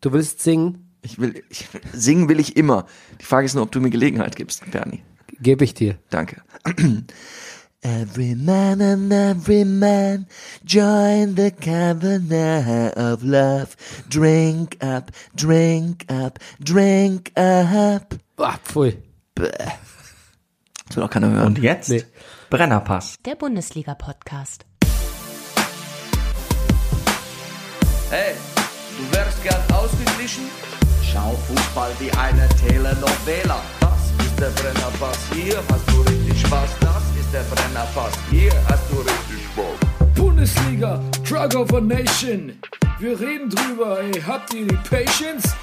Du willst singen? Ich will, ich, singen will ich immer. Die Frage ist nur, ob du mir Gelegenheit gibst, Bernie. Gebe ich dir. Danke. Every man and every man join the covenant of love. Drink up, drink up, drink up. Boah, pfui. Bäh. Das will auch keiner hören. Und jetzt? Nee. Brennerpass. Der Bundesliga-Podcast. Hey, du wärst gern ausgeglichen? Schau Fußball wie eine Telenovela. Das ist der Brennerpass, hier hast du richtig Spaß. Das ist der Brennerpass, hier hast du richtig Spaß. Bundesliga, Drug of a Nation. Wir reden drüber, ey, habt ihr die Patience?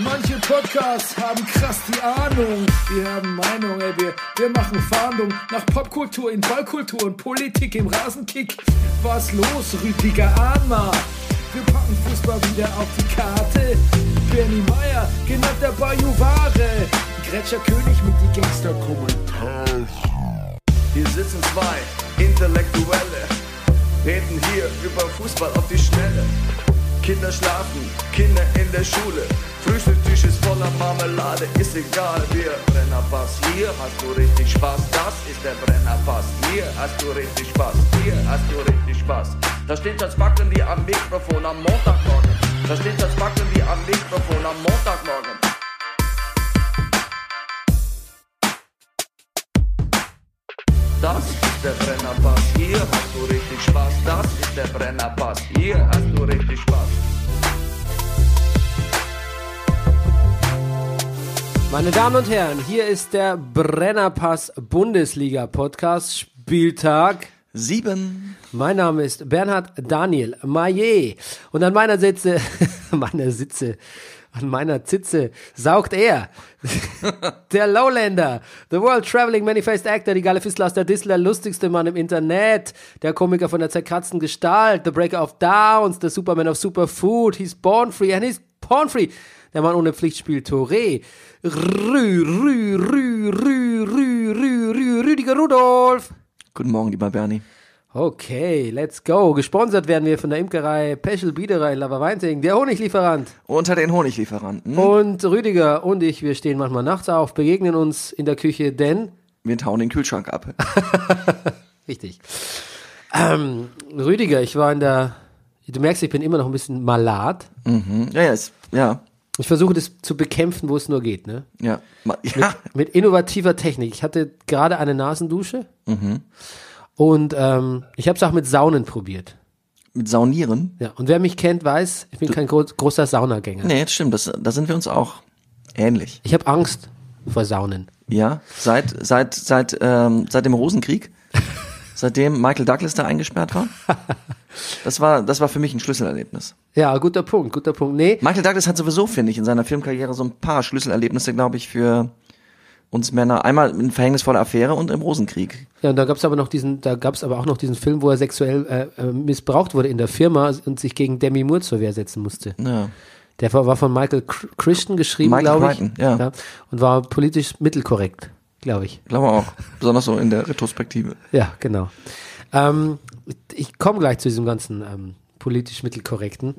Manche Podcasts haben krass die Ahnung. Wir haben Meinung, ey, wir, wir machen Fahndung nach Popkultur in Ballkultur und Politik im Rasenkick. Was los, Rüdiger Ahnma? Wir packen Fußball wieder auf die Karte. Bernie Meyer, genannt der Bayou Ware. Gretscher König mit die Gangster-Kommentare. Hier sitzen zwei Intellektuelle, reden hier über Fußball auf die Schnelle. Kinder schlafen, Kinder in der Schule. Frühstückstisch ist voller Marmelade, ist egal. Wir Brennerpass, hier hast du richtig Spaß. Das ist der Brennerpass, hier hast du richtig Spaß. Hier hast du richtig Spaß. Da steht das Backen wie am Mikrofon am Montagmorgen. Da steht das Backen wie am Mikrofon am Montagmorgen. Das ist der Brennerpass, hier hast du richtig Spaß. Das ist der Brennerpass, hier hast du richtig Spaß. Meine Damen und Herren, hier ist der Brennerpass Bundesliga Podcast Spieltag. Sieben. Mein Name ist Bernhard Daniel Maillet und an meiner Sitze, meiner Sitze, an meiner Zitze saugt er, der Lowlander, the world traveling manifest actor, die geile Fistler aus der Distler, lustigste Mann im Internet, der Komiker von der zerkratzten Gestalt, the breaker of downs, the superman of superfood, he's born free and he's porn free, der Mann ohne Pflichtspiel Touré, rü, rü, rü, rü, rü, rü, rü, Rüdiger Rudolf. Guten Morgen, lieber Bernie. Okay, let's go. Gesponsert werden wir von der Imkerei Peschel Biederei in Laberweinting, der Honiglieferant. Unter den Honiglieferanten. Und Rüdiger und ich, wir stehen manchmal nachts auf, begegnen uns in der Küche, denn, Wir tauen den Kühlschrank ab. richtig, ähm, Rüdiger, ich war in der, du merkst, ich bin immer noch ein bisschen malat. mhm. Ja, ja, ist, ja. Ich versuche das zu bekämpfen, wo es nur geht, ne? Ja. Ma- ja. Mit innovativer Technik. Ich hatte gerade eine Nasendusche und ähm, ich habe es auch mit Saunen probiert. Mit Saunieren. Ja, und wer mich kennt, weiß, ich bin kein gro großer Saunagänger. Nee, das stimmt. Das, da sind wir uns auch ähnlich. Ich habe Angst vor Saunen. Ja, seit seit seit ähm, seit dem Rosenkrieg, seitdem Michael Douglas da eingesperrt war. Das war das war für mich ein Schlüsselerlebnis. Ja, guter Punkt, guter Punkt. Nee, Michael Douglas hat sowieso finde ich in seiner Filmkarriere so ein paar Schlüsselerlebnisse, glaube ich, für uns Männer. Einmal in verhängnisvoller Affäre und im Rosenkrieg. ja, und da gab's aber noch diesen, da gab's aber auch noch diesen Film, wo er sexuell äh, äh, missbraucht wurde in der Firma und sich gegen Demi Moore zur Wehr setzen musste. Ja. Der war war von Michael Cr- Christian geschrieben, Michael glaube ich. Crichton, ja. Und war politisch mittelkorrekt, glaube ich. Glaube auch. Besonders so in der Retrospektive. Ja, genau. Ähm, ich komme gleich zu diesem ganzen ähm, politisch mittelkorrekten.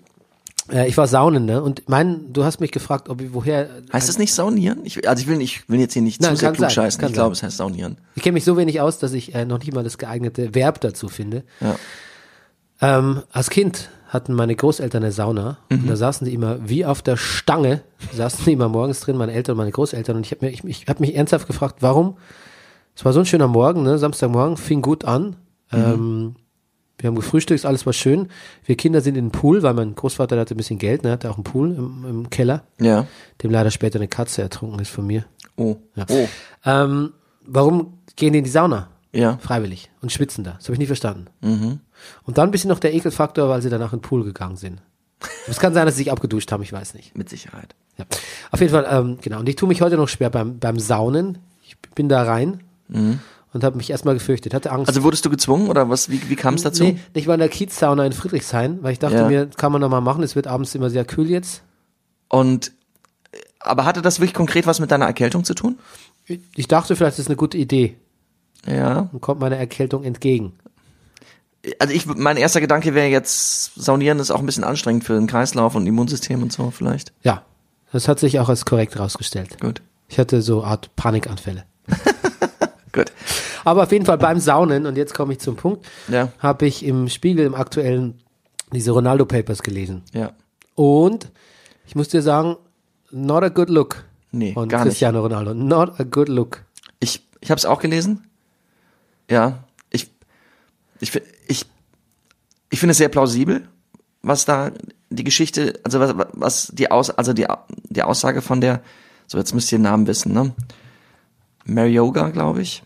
Äh, ich war saunen, ne? Und mein, du hast mich gefragt, ob ich woher. Heißt es nicht Saunieren? Ich, also ich will nicht, will jetzt hier nicht Nein, zu sehr kann sein, klug scheißen. kann Ich glaube, es heißt Saunieren. Ich kenne mich so wenig aus, dass ich äh, noch nicht mal das geeignete Verb dazu finde. Ja. Ähm, als Kind hatten meine Großeltern eine Sauna und da saßen die immer wie auf der Stange, saßen die immer morgens drin, meine Eltern und meine Großeltern und ich habe mir, ich, ich hab mich ernsthaft gefragt, warum, es war so ein schöner Morgen, ne? Samstagmorgen, fing gut an, ähm, wir haben gefrühstückt, alles war schön, wir Kinder sind in den Pool, weil mein Großvater der hatte ein bisschen Geld, ne? hatte auch einen Pool im, im Keller, Ja. dem leider später eine Katze ertrunken ist von mir. Oh. Oh. Ähm, warum gehen die in die Sauna? Ja. Freiwillig. Und schwitzen da. Das habe ich nie verstanden. Mhm. Und dann ein bisschen noch der Ekelfaktor, weil sie danach in den Pool gegangen sind. Es kann sein, dass sie sich abgeduscht haben, ich weiß nicht. Mit Sicherheit. Ja. Auf jeden Fall, ähm, genau. Und ich tue mich heute noch schwer beim, beim Saunen. Ich bin da rein und habe mich erstmal gefürchtet, hatte Angst. Mhm. Also wurdest du gezwungen oder was? Wie, wie kam es dazu? Nee, ich war in der Kiez-Sauna in Friedrichshain, weil ich dachte Ja. mir, kann man nochmal machen, es wird abends immer sehr kühl jetzt. Und äh, aber hatte das wirklich konkret was mit deiner Erkältung zu tun? Ich- Ich dachte vielleicht, das ist eine gute Idee Ja. und kommt meiner Erkältung entgegen. also ich, mein erster Gedanke wäre jetzt, saunieren ist auch ein bisschen anstrengend für den Kreislauf und Immunsystem und so vielleicht. Ja, das hat sich auch als korrekt rausgestellt. Gut. Ich hatte so Art Panikanfälle. Gut. Aber auf jeden Fall beim Saunen, und jetzt komme ich zum Punkt, Ja. habe ich im Spiegel, im aktuellen, diese Ronaldo Papers gelesen. Ja. Und ich muss dir sagen, not a good look. Nee, Und gar nicht. Cristiano Ronaldo, not a good look. Ich, ich habe es auch gelesen. Ja, ich, ich, fi- ich, ich finde es sehr plausibel, was da die Geschichte, also was, was die Aus, also die, Au- die Aussage von der, so jetzt müsst ihr den Namen wissen, ne? Marioga, glaube ich.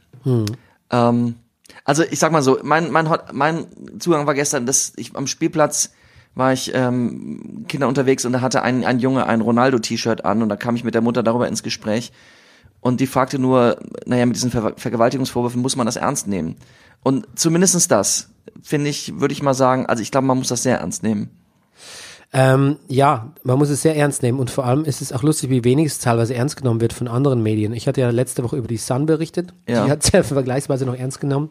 Ähm, also ich sag mal so, mein, mein, Hot- mein Zugang war gestern, dass ich am Spielplatz war ich ähm, Kinder unterwegs und da hatte ein, ein Junge ein Ronaldo-T-Shirt an und da kam ich mit der Mutter darüber ins Gespräch und die fragte nur, naja, mit diesen Ver Vergewaltigungsvorwürfen muss man das ernst nehmen. Und zumindestens das, finde ich, würde ich mal sagen, also ich glaube, man muss das sehr ernst nehmen. Ähm, ja, man muss es sehr ernst nehmen und vor allem ist es auch lustig, wie wenig es teilweise ernst genommen wird von anderen Medien. Ich hatte ja letzte Woche über die Sun berichtet, Ja. die hat es ja vergleichsweise noch ernst genommen.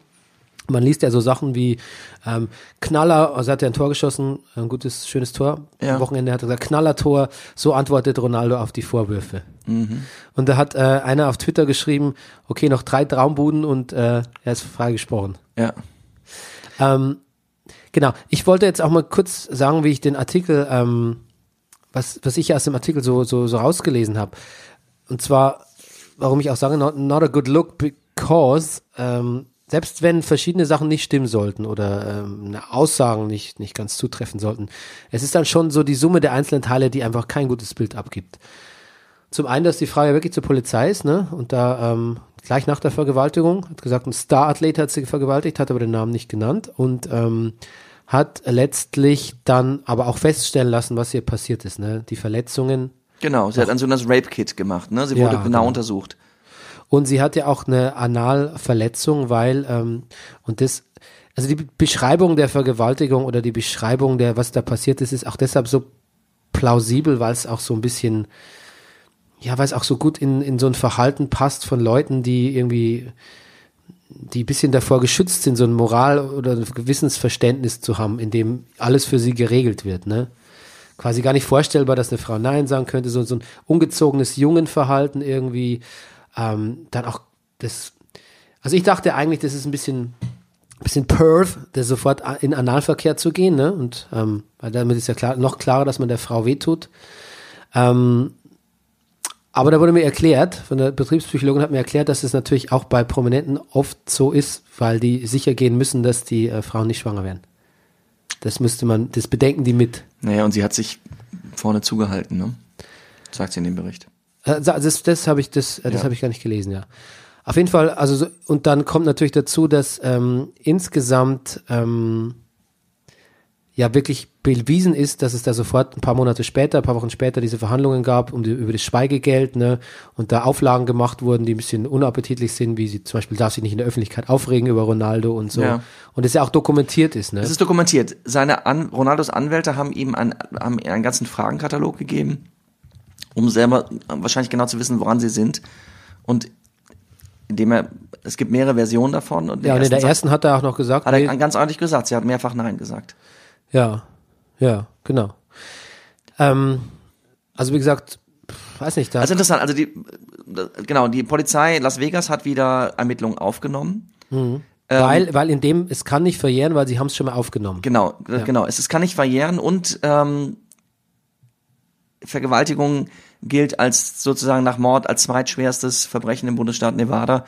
Man liest ja so Sachen wie ähm, Knaller, also hat er ein Tor geschossen, ein gutes, schönes Tor. Ja. Am Wochenende hat er gesagt, Knallertor, so antwortet Ronaldo auf die Vorwürfe. Mhm. Und da hat äh, einer auf Twitter geschrieben, okay, noch drei Traumbuden und äh, er ist freigesprochen. Ja. Ähm, genau, ich wollte jetzt auch mal kurz sagen, wie ich den Artikel, ähm, was, was ich ja aus dem Artikel so, so, so rausgelesen habe. Und zwar, warum ich auch sage, not, not a good look, because ähm, selbst wenn verschiedene Sachen nicht stimmen sollten oder ähm, eine Aussagen nicht, nicht ganz zutreffen sollten, es ist dann schon so die Summe der einzelnen Teile, die einfach kein gutes Bild abgibt. Zum einen, dass die Frau ja wirklich zur Polizei ist, ne? Und da ähm, gleich nach der Vergewaltigung hat gesagt, ein Starathlet hat sie vergewaltigt, hat aber den Namen nicht genannt und ähm, hat letztlich dann aber auch feststellen lassen, was hier passiert ist, ne? Die Verletzungen. Genau, sie hat ein sogenanntes Rape-Kit gemacht, ne? Sie Ja, wurde genau genau. untersucht. Und sie hat ja auch eine Analverletzung, weil ähm, und das, also die Beschreibung der Vergewaltigung oder die Beschreibung der, was da passiert ist, ist auch deshalb so plausibel, weil es auch so ein bisschen, ja, weil es auch so gut in, in so ein Verhalten passt von Leuten, die irgendwie, die ein bisschen davor geschützt sind, so ein Moral- oder ein Gewissensverständnis zu haben, in dem alles für sie geregelt wird, ne? Quasi gar nicht vorstellbar, dass eine Frau Nein sagen könnte, so, so ein ungezogenes Jungenverhalten irgendwie, ähm, dann auch das, also ich dachte eigentlich, das ist ein bisschen, bisschen perv, der sofort a- in Analverkehr zu gehen, ne? Und ähm, weil damit ist ja klar, noch klarer, dass man der Frau wehtut. Ähm, aber da wurde mir erklärt, von der Betriebspsychologin hat mir erklärt, dass es natürlich auch bei Prominenten oft so ist, weil die sicher gehen müssen, dass die äh, Frauen nicht schwanger werden. Das müsste man, das bedenken die mit. Naja, und sie hat sich vorne zugehalten, ne? Sagt sie in dem Bericht. Äh, sa- Das, das habe ich, das, äh, das Ja. habe ich gar nicht gelesen, ja. Auf jeden Fall, also so, und dann kommt natürlich dazu, dass ähm, insgesamt ähm, ja wirklich bewiesen ist, dass es da sofort ein paar Monate später, ein paar Wochen später diese Verhandlungen gab um die, über das Schweigegeld, ne, und da Auflagen gemacht wurden, die ein bisschen unappetitlich sind, wie sie zum Beispiel darf sich nicht in der Öffentlichkeit aufregen über Ronaldo und so. Ja. Und das ja auch dokumentiert ist, ne? Es ist dokumentiert. Seine An Ronaldos Anwälte haben ihm einen, haben ihr einen ganzen Fragenkatalog gegeben, um selber wahrscheinlich genau zu wissen, woran sie sind. Und indem er, es gibt mehrere Versionen davon. Und den ja, und in der Satz ersten hat er auch noch gesagt, hat er nee, ganz ehrlich gesagt, sie hat mehrfach Nein gesagt. Ja, ja, genau. Ähm, also wie gesagt, pf, weiß nicht, da Also interessant, also die, genau, die Polizei Las Vegas hat wieder Ermittlungen aufgenommen. ähm, weil, weil in dem, es kann nicht verjähren, weil sie haben es schon mal aufgenommen. Genau, genau. Es, es kann nicht verjähren und ähm, Vergewaltigung gilt als sozusagen nach Mord als zweitschwerstes Verbrechen im Bundesstaat Nevada.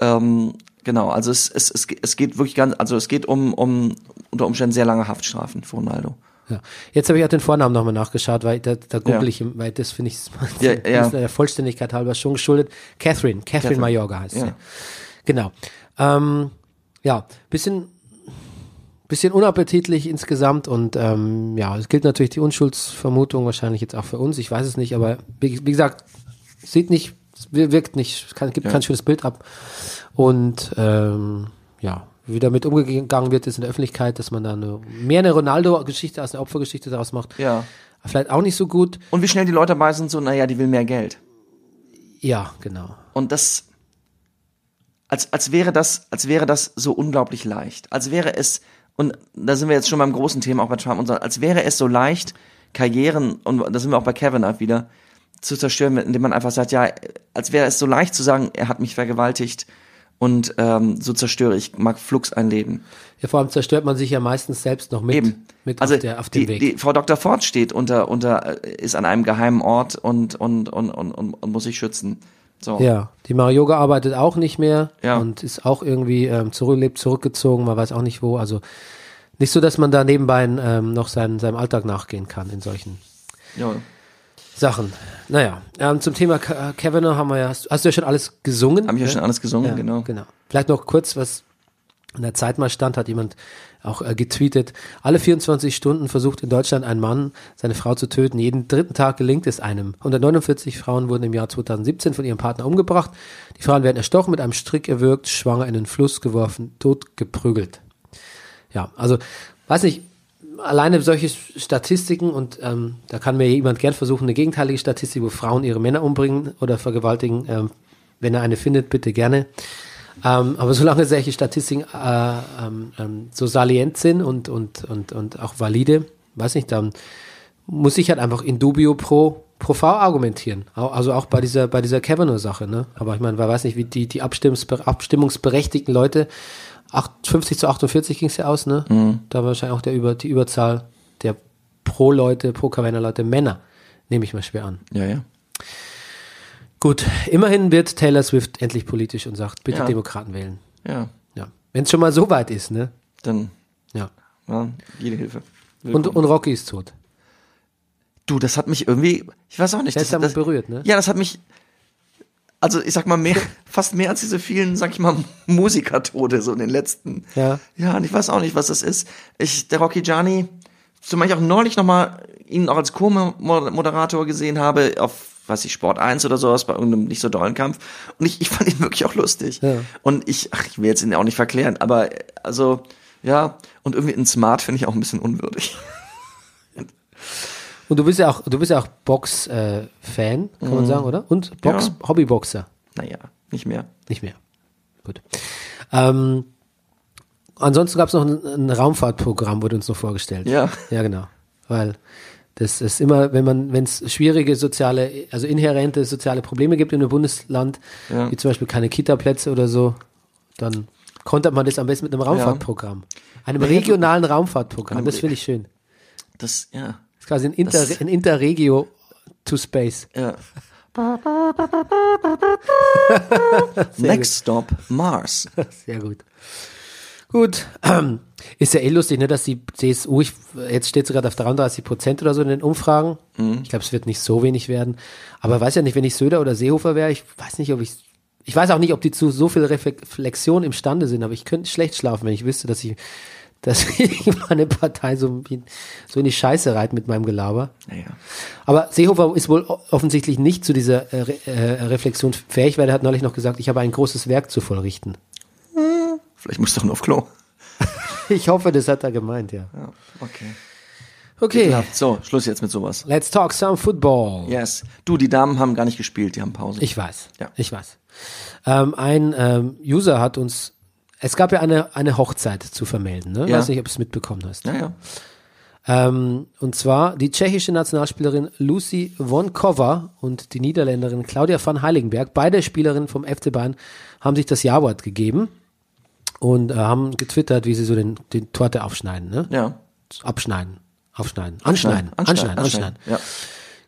Ähm, genau, also es, es, es, ge- es geht wirklich ganz, also es geht um, um unter Umständen sehr lange Haftstrafen für Ronaldo. Ja. Jetzt habe ich auch den Vornamen nochmal nachgeschaut, weil da, da google Ja. ich, im- weil das finde ich Ja, das ja. ist der Vollständigkeit halber schon geschuldet. Catherine, Catherine, Mayorga heißt ja. sie. Genau. Ähm, ja, bisschen, bisschen unappetitlich insgesamt und ähm, ja, es gilt natürlich die Unschuldsvermutung wahrscheinlich jetzt auch für uns. Ich weiß es nicht, aber wie, wie gesagt, sieht nicht, wir- wirkt nicht, kann, gibt kein schönes Bild ab. Und ähm, ja, wie damit umgegangen wird, ist in der Öffentlichkeit, dass man da eine, mehr eine Ronaldo-Geschichte als eine Opfergeschichte daraus macht. Ja. Vielleicht auch nicht so gut. Und wie schnell die Leute dabei sind, so, naja, die will mehr Geld. Ja, genau. Und das, als, als wäre das, als wäre das so unglaublich leicht. Als wäre es Und da sind wir jetzt schon beim großen Thema, auch bei Trump und so, als wäre es so leicht, Karrieren, und da sind wir auch bei Kavanaugh wieder, zu zerstören, indem man einfach sagt, ja, als wäre es so leicht zu sagen, er hat mich vergewaltigt und ähm, so zerstöre ich Mark Flux ein Leben. Ja, vor allem zerstört man sich ja meistens selbst noch mit, Eben. mit also auf, der, auf dem die, Weg. Die Frau Dr. Ford steht unter, unter, äh, ist an einem geheimen Ort und, und, und, und, und, und muss sich schützen. So. ja, die Marioga arbeitet auch nicht mehr Ja. und ist auch irgendwie ähm, zurücklebt, zurückgezogen, man weiß auch nicht wo. Also nicht so, dass man da nebenbei ähm, noch seinen, seinem Alltag nachgehen kann in solchen Ja. Sachen. Naja, ähm, zum Thema Ka- äh, Kavanaugh haben wir ja, hast, hast du ja schon alles gesungen? Hab ich ja ne? schon alles gesungen, Ja, genau. genau. Vielleicht noch kurz, was in der Zeit mal stand, hat jemand auch äh, getweetet. Alle 24 Stunden versucht in Deutschland ein Mann, seine Frau zu töten. Jeden dritten Tag gelingt es einem. 149 Frauen wurden im Jahr 2017 von ihrem Partner umgebracht. Die Frauen werden erstochen, mit einem Strick erwürgt, schwanger in den Fluss geworfen, tot geprügelt. Ja, also, weiß nicht, alleine solche Statistiken und ähm, da kann mir jemand gern versuchen, eine gegenteilige Statistik, wo Frauen ihre Männer umbringen oder vergewaltigen, ähm, wenn er eine findet, bitte gerne. Ähm, aber solange solche Statistiken äh, ähm, ähm, so salient sind und, und, und, und auch valide, weiß nicht, dann muss ich halt einfach in dubio pro, pro V argumentieren. Au- Also auch bei dieser, bei dieser Kavanaugh-Sache, ne? Aber ich meine, wer weiß nicht, wie die, die Abstimmungs- abstimmungsberechtigten Leute, acht- 50 zu 48 ging es ja aus, ne? Mhm. Da war wahrscheinlich auch der Über, die Überzahl der Pro-Leute, Pro-Kavanaugh-Leute Männer, nehme ich mal schwer an. Ja, ja. Gut, immerhin wird Taylor Swift endlich politisch und sagt, bitte Ja. Demokraten wählen. Ja. Ja. Wenn es schon mal so weit ist, ne? Dann, Ja. ja, jede Hilfe. Und, und Rocky ist tot. Du, das hat mich irgendwie, ich weiß auch nicht. Seltsam das, das, berührt, ne? Ja, das hat mich, also ich sag mal mehr, fast mehr als diese vielen, sag ich mal, Musikertode so in den letzten Ja. Ja, und ich weiß auch nicht, was das ist. Ich, der Rocky Gianni, zumal ich auch neulich nochmal ihn auch als Co-Moderator gesehen habe, auf, weiß ich, Sport 1 oder sowas, bei irgendeinem nicht so dollen Kampf. Und ich, ich fand ihn wirklich auch lustig. Ja. Und ich, ach, ich will jetzt ihn auch nicht verklären, aber, äh, also, ja, und irgendwie ein Smart finde ich auch ein bisschen unwürdig. Und du bist ja auch, du bist ja auch Box-Fan, kann man sagen, oder? Und Box, Mhm. Ja. Hobbyboxer. Naja, nicht mehr. Nicht mehr. Gut. Ähm, ansonsten gab es noch ein, ein Raumfahrtprogramm, wurde uns noch vorgestellt. Ja. Ja, genau. Weil das ist immer, wenn man, wenn es schwierige soziale, also inhärente soziale Probleme gibt in einem Bundesland, Ja. wie zum Beispiel keine Kita-Plätze oder so, dann kontert man das am besten mit einem Raumfahrtprogramm. Einem regionalen Raumfahrtprogramm. Das finde ich schön. Das, ja, Das ist quasi ein, Inter, Das- ein Interregio to Space. ja. Next stop, Mars. Sehr gut. Gut. Ist ja eh lustig, ne, dass die CSU, ich, jetzt steht sie gerade auf 33 Prozent oder so in den Umfragen. Ich glaube, es wird nicht so wenig werden. Aber weiß ja nicht, wenn ich Söder oder Seehofer wäre, ich weiß nicht, ob ich, ich weiß auch nicht, ob die zu so viel Reflexion imstande sind, aber ich könnte schlecht schlafen, wenn ich wüsste, dass ich, dass ich meine Partei so, so in die Scheiße reite mit meinem Gelaber. Naja. Aber Seehofer ist wohl o- offensichtlich nicht zu dieser äh, Re- äh, Reflexion fähig, weil er hat neulich noch gesagt, ich habe ein großes Werk zu vollrichten. Vielleicht muss doch nur auf Klo. Ich hoffe, das hat er gemeint, ja. Ja, okay. Okay, Ekelhaft. So, Schluss jetzt mit sowas. let's talk some football. Yes. Du, die Damen haben gar nicht gespielt, die haben Pause. Ich weiß, Ja. ich weiß. Ähm, ein ähm, User hat uns, es gab ja eine, eine Hochzeit zu vermelden, ne? Ja. Weiß nicht, ob du es mitbekommen hast. naja. Ähm, und zwar die tschechische Nationalspielerin Lucy Vonkova und die Niederländerin Claudia van Heiligenberg, beide Spielerinnen vom FC Bayern, haben sich das Ja-Wort gegeben und äh, haben getwittert, wie sie so den, den Torte aufschneiden. Ne? Ja. Abschneiden, aufschneiden, anschneiden, anschneiden, anschneiden. Ja.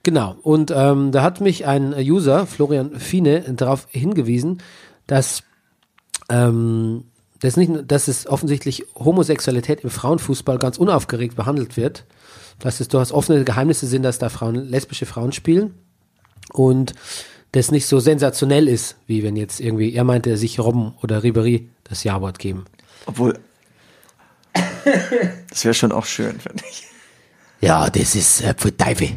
Genau. Und ähm, da hat mich ein User, Florian Fiene, darauf hingewiesen, dass, ähm, dass, nicht, nur- dass es offensichtlich Homosexualität im Frauenfußball ganz unaufgeregt behandelt wird. Dass es durchaus offene Geheimnisse sind, dass da Frauen, lesbische Frauen spielen und das nicht so sensationell ist, wie wenn jetzt irgendwie, er meinte, sich Robben oder Ribery das Ja-Wort geben. Obwohl. Das wäre schon auch schön, finde ich. Ja, das ist äh, für Teufel.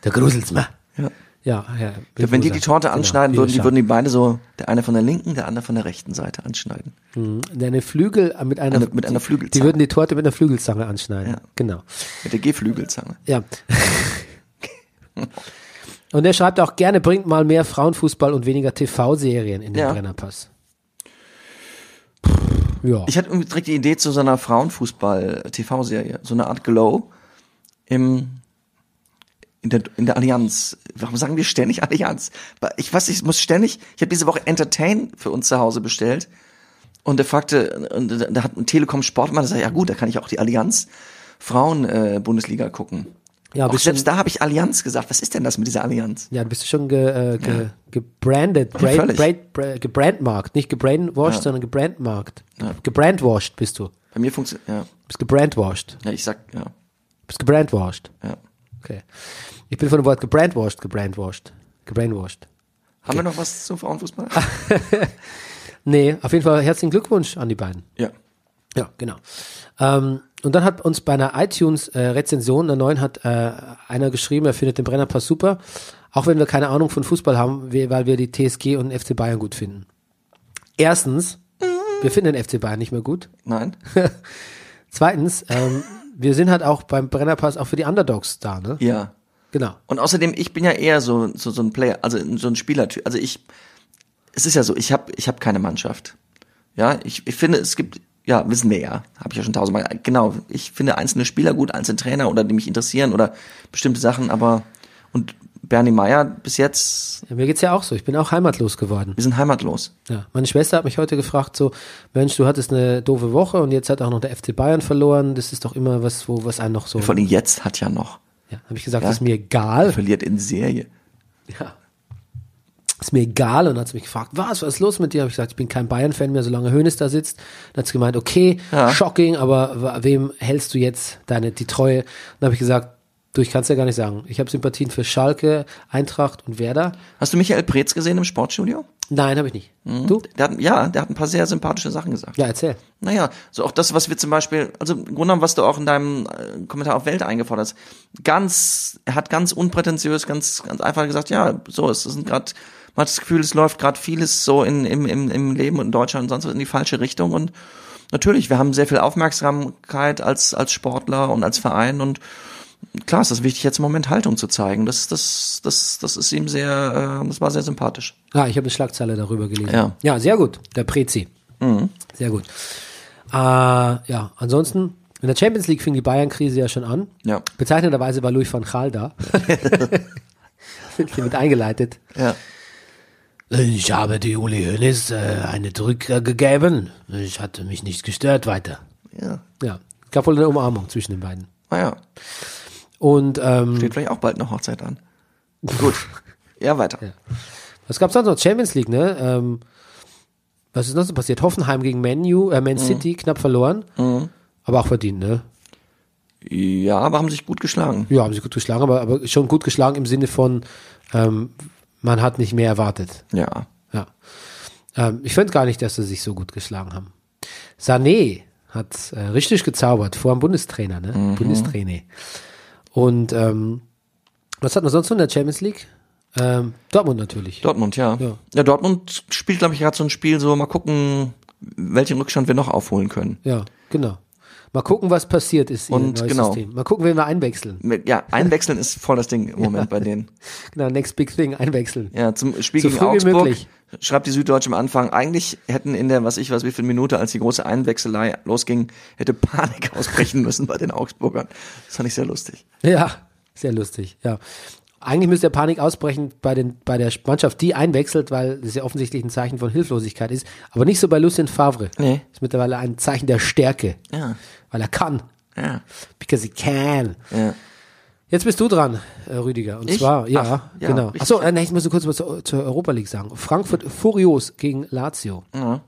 Da gruselt's mir. Ja. Ja, ja, Wenn die die Torte Genau, anschneiden würden, die Widerstand. würden die beide so, der eine von der linken, der andere von der rechten Seite anschneiden. Deine Flügel mit einer, Eine- mit einer Die Flügelzange. würden die Torte mit einer Flügelzange anschneiden. Ja. Genau. Mit der G-Flügelzange. Ja. und er schreibt auch gerne, bringt mal mehr Frauenfußball und weniger TV-Serien in den Ja. Brennerpass. Ja. Ich hatte irgendwie direkt die Idee zu so einer Frauenfußball-TV-Serie, so eine Art Glow im, in, der, in der Allianz. Warum sagen wir ständig Allianz? Ich weiß, ich muss ständig, ich habe diese Woche Entertain für uns zu Hause bestellt und der fragte, und da hat ein Telekom-Sportmann gesagt, ja gut, da kann ich auch die Allianz Frauen-Bundesliga gucken. Ja, auch bist selbst schon- da habe ich Allianz gesagt. Was ist denn das mit dieser Allianz? ja, bist du schon ge, äh, ge, gebrandet, bra völlig. bra bra gebrandmarkt, nicht gebrainwashed, Ja. sondern gebrandmarkt. Ja. Gebrandwashed bist du. Bei mir funktioniert, ja, Bist gebrandwashed. ja, ich sag, ja, Bist gebrandwashed. ja. Okay. Ich bin von dem Wort gebrandwashed, gebrandwashed, gebrainwashed. Haben wir noch was zum Frauenfußball? Nee, auf jeden Fall herzlichen Glückwunsch an die beiden. ja. Ja, genau. Ähm, und dann hat uns bei einer iTunes-Rezension, der neuen, hat äh, einer geschrieben, er findet den Brennerpass super, auch wenn wir keine Ahnung von Fußball haben, we- weil wir die TSG und den FC Bayern gut finden. Erstens, wir finden den FC Bayern nicht mehr gut. Nein? Zweitens, ähm, wir sind halt auch beim Brennerpass auch für die Underdogs da, ne? Ja. Genau. Und außerdem, ich bin ja eher so, so, so ein Player, also so ein Spielertyp. Also ich, es ist ja so, ich habe ich hab keine Mannschaft. Ja, ich, ich finde, es gibt, ja, wissen wir ja, habe ich ja schon tausendmal, genau, ich finde einzelne Spieler gut, einzelne Trainer oder die mich interessieren oder bestimmte Sachen, aber, und Bernie Meyer bis jetzt, Ja, mir geht's ja auch so. Ich bin auch heimatlos geworden. wir sind heimatlos. Ja, meine Schwester hat mich heute gefragt, so, Mensch, du hattest eine doofe Woche und jetzt hat auch noch der FC Bayern verloren. Das ist doch immer was, wo was einen noch so. Vor allem jetzt hat ja noch, Ja, habe ich gesagt, Ja. ist mir egal. verliert in Serie. Ja. Ist mir egal. Und dann hat sie mich gefragt, was, was ist los mit dir? Habe ich gesagt, ich bin kein Bayern-Fan mehr, solange Hönes da sitzt. Dann hat sie gemeint, okay, Ja. shocking, aber wa- wem hältst du jetzt deine, die Treue? Und dann habe ich gesagt, du, ich kann es ja gar nicht sagen. Ich habe Sympathien für Schalke, Eintracht und Werder. Hast du Michael Preetz gesehen im Sportstudio? Nein, habe ich nicht. Du? Der hat, ja, der hat ein paar sehr sympathische Sachen gesagt. Ja, erzähl. Naja, so auch das, was wir zum Beispiel, also im Grunde genommen, was du auch in deinem äh, Kommentar auf Welt eingefordert hast, ganz, er hat ganz unprätentiös, ganz, ganz einfach gesagt, ja, so, es sind gerade, man hat das Gefühl, es läuft gerade vieles so in, im, im, im Leben und in Deutschland und sonst was in die falsche Richtung und natürlich, wir haben sehr viel Aufmerksamkeit als, als Sportler und als Verein und klar ist das wichtig, jetzt im Moment Haltung zu zeigen. Das, das, das, das ist ihm sehr, äh, das war sehr sympathisch. Ah, ich habe eine Schlagzeile darüber gelesen. Ja. Mhm. ja sehr gut. Der Prezi. Sehr gut. Äh, ja, ansonsten, in der Champions League fing die Bayern-Krise ja schon an. Ja. Bezeichnenderweise war Louis van Gaal da. Hiermit eingeleitet. Ja. Ich habe die Uli Hoeneß äh, eine Drücke gegeben. Ich hatte mich nicht gestört weiter. Ja. Ja, gab wohl eine Umarmung zwischen den beiden. Naja. Und ähm, Steht vielleicht auch bald eine Hochzeit an. Gut. Ja, weiter. was gab's sonst noch? Champions League, ne? Ähm, was ist noch so passiert? Hoffenheim gegen Man, U, äh, Man City, knapp verloren. Aber auch verdient, ne? Ja, aber haben sich gut geschlagen. Ja, haben sie gut geschlagen, aber, aber schon gut geschlagen im Sinne von, ähm, man hat nicht mehr erwartet. Ja. Ja. Ähm, ich finde gar nicht, dass sie sich so gut geschlagen haben. Sané hat äh, richtig gezaubert vor dem Bundestrainer, ne? Bundestrainer. Und ähm, was hat man sonst noch in der Champions League? Ähm, Dortmund natürlich. Dortmund, ja. Ja. Ja, Dortmund spielt, glaube ich, gerade so ein Spiel, so mal gucken, welchen Rückstand wir noch aufholen können. ja, genau. Mal gucken, was passiert ist ihr Und neues genau. System. Mal gucken, wen wir einwechseln. Ja, einwechseln ist voll das Ding im Moment bei denen. Genau, next big thing, einwechseln. Ja, zum Spiel So gegen früh wie Augsburg möglich. schreibt die Süddeutsche am Anfang, eigentlich hätten in der, was ich weiß, wie viel Minute, als die große Einwechselei losging, hätte Panik ausbrechen müssen bei den Augsburgern. Das fand ich sehr lustig. Ja, sehr lustig, ja. Eigentlich müsste ja Panik ausbrechen bei, den, bei der Mannschaft, die einwechselt, weil das ja offensichtlich ein Zeichen von Hilflosigkeit ist. Aber nicht so bei Lucien Favre. Nee. Ist mittlerweile ein Zeichen der Stärke. Ja. Weil er kann. Ja. Because he can. Ja. Jetzt bist du dran, äh, Rüdiger. Und Ich? zwar, ja, Ach, ja, genau. richtig. Achso, äh, nee, ich muss nur kurz was zur, zur Europa League sagen. Frankfurt furios gegen Lazio. ja.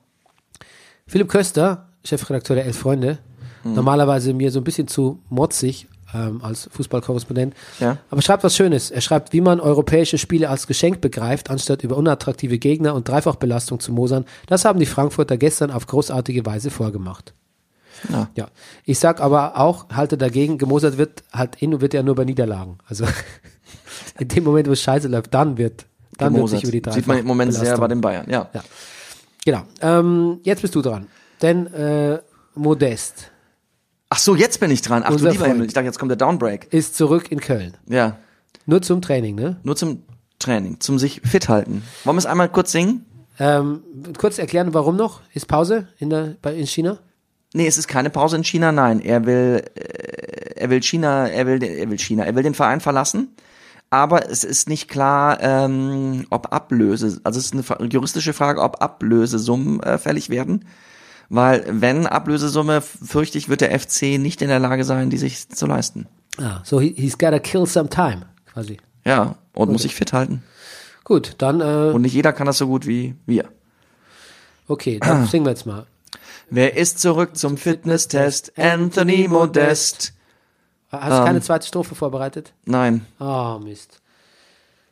Philipp Köster, Chefredakteur der Elf Freunde, Mhm. normalerweise mir so ein bisschen zu motzig ähm, als Fußballkorrespondent, Ja. aber schreibt was Schönes. Er schreibt, wie man europäische Spiele als Geschenk begreift, anstatt über unattraktive Gegner und Dreifachbelastung zu mosern. Das haben die Frankfurter gestern auf großartige Weise vorgemacht. Ja. Ja, ich sag aber auch, halte dagegen, gemosert wird halt in und wird ja nur bei Niederlagen. Also in dem Moment, wo es scheiße läuft, dann wird, dann wird Gemosert. sich über die Dreifachbelastung. Sieht man im Moment sehr bei den Bayern. Ja. Ja. Genau. Ähm, jetzt bist du dran. Denn äh, Modest Ach so, jetzt bin ich dran. Ach Unser du lieber Freund. Himmel, ich dachte, jetzt kommt der Downbreak. ist zurück in Köln. Ja. Nur zum Training, ne? Nur zum Training, zum sich fit halten. Wollen wir es einmal kurz singen? Ähm, kurz erklären, warum noch? Ist Pause in, der, bei, in China? Nee, es ist keine Pause in China, nein. Er will, äh, er will China, er will, er will China, er will den Verein verlassen. Aber es ist nicht klar, ähm, ob Ablöse, also es ist eine fa- juristische Frage, ob Ablösesummen äh, fällig werden. Weil wenn Ablösesumme, fürchte ich, wird der FC nicht in der Lage sein, die sich zu leisten. Ah, so he, he's gotta kill some time, quasi. Ja, und muss sich fit halten. Gut, dann, äh, Und nicht jeder kann das so gut wie wir. okay, dann singen wir jetzt mal. Wer ist zurück zum Fitnesstest? Anthony Modest. Hast Ähm. du keine zweite Strophe vorbereitet? Nein, Oh, Mist.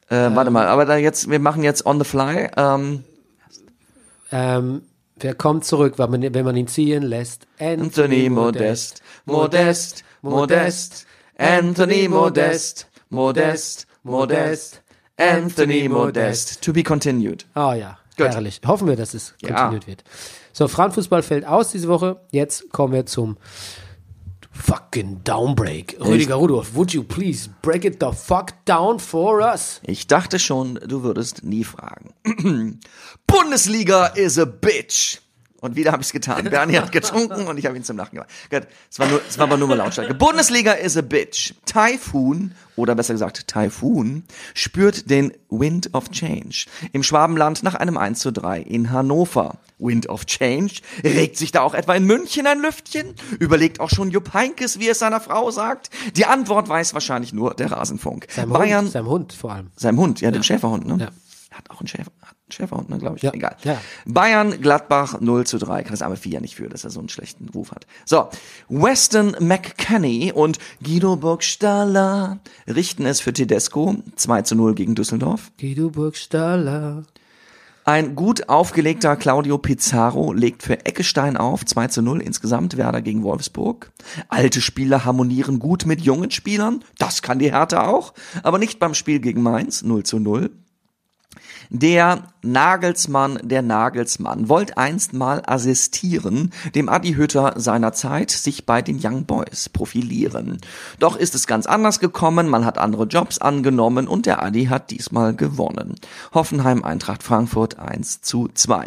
äh, warte mal. Aber da jetzt, wir machen jetzt on the fly. Ähm, Ähm, wer kommt zurück, wenn man, wenn man ihn ziehen lässt? Anthony Modest, Modest, Modest, Anthony Modest, Modest, Modest, Anthony Modest. To be continued. Ah ja, Gut. herrlich. Hoffen wir, dass es Ja. kontinuiert wird. So, Frauenfußball fällt aus diese Woche. Jetzt kommen wir zum fucking Downbreak. Rüdiger Rudolf, would you please break it the fuck down for us? Ich dachte schon, du würdest nie fragen. Bundesliga is a bitch. Und wieder habe ich es getan. Bernie hat getrunken und ich habe ihn zum Lachen gebracht. Gut, Es war, nur, es war aber nur mal Lautstärke. Bundesliga is a bitch. Typhoon, oder besser gesagt Taifun, spürt den Wind of Change. Im Schwabenland nach einem 1 zu 3 in Hannover. Wind of Change? Regt sich da auch etwa in München ein Lüftchen? Überlegt auch schon Jupp Heinkes, wie es seiner Frau sagt? Die Antwort weiß wahrscheinlich nur der Rasenfunk. Seinem Bayern Hund, seinem Hund vor allem. seinem Hund, ja, dem Schäferhund, ne? Ja. Hat auch einen, Schäfer, hat einen Schäferhund, ne, glaube ich. Ja. Egal. Ja. Bayern, Gladbach 0 zu 3. Kann das arme Vieh ja nicht für, dass er so einen schlechten Ruf hat. So, Weston McKenney und Guido Burgstaller richten es für Tedesco 2 zu 0 gegen Düsseldorf. Guido Burgstaller. Ein gut aufgelegter Claudio Pizarro legt für Eckestein auf, 2 zu 0 insgesamt, Werder gegen Wolfsburg. Alte Spieler harmonieren gut mit jungen Spielern, das kann die Hertha auch, aber nicht beim Spiel gegen Mainz, 0 zu 0. Der Nagelsmann, der Nagelsmann, wollte einst mal assistieren, dem Adi Hütter seiner Zeit sich bei den Young Boys profilieren. Doch ist es ganz anders gekommen, man hat andere Jobs angenommen und der Adi hat diesmal gewonnen. Hoffenheim, Eintracht Frankfurt 1 zu 2.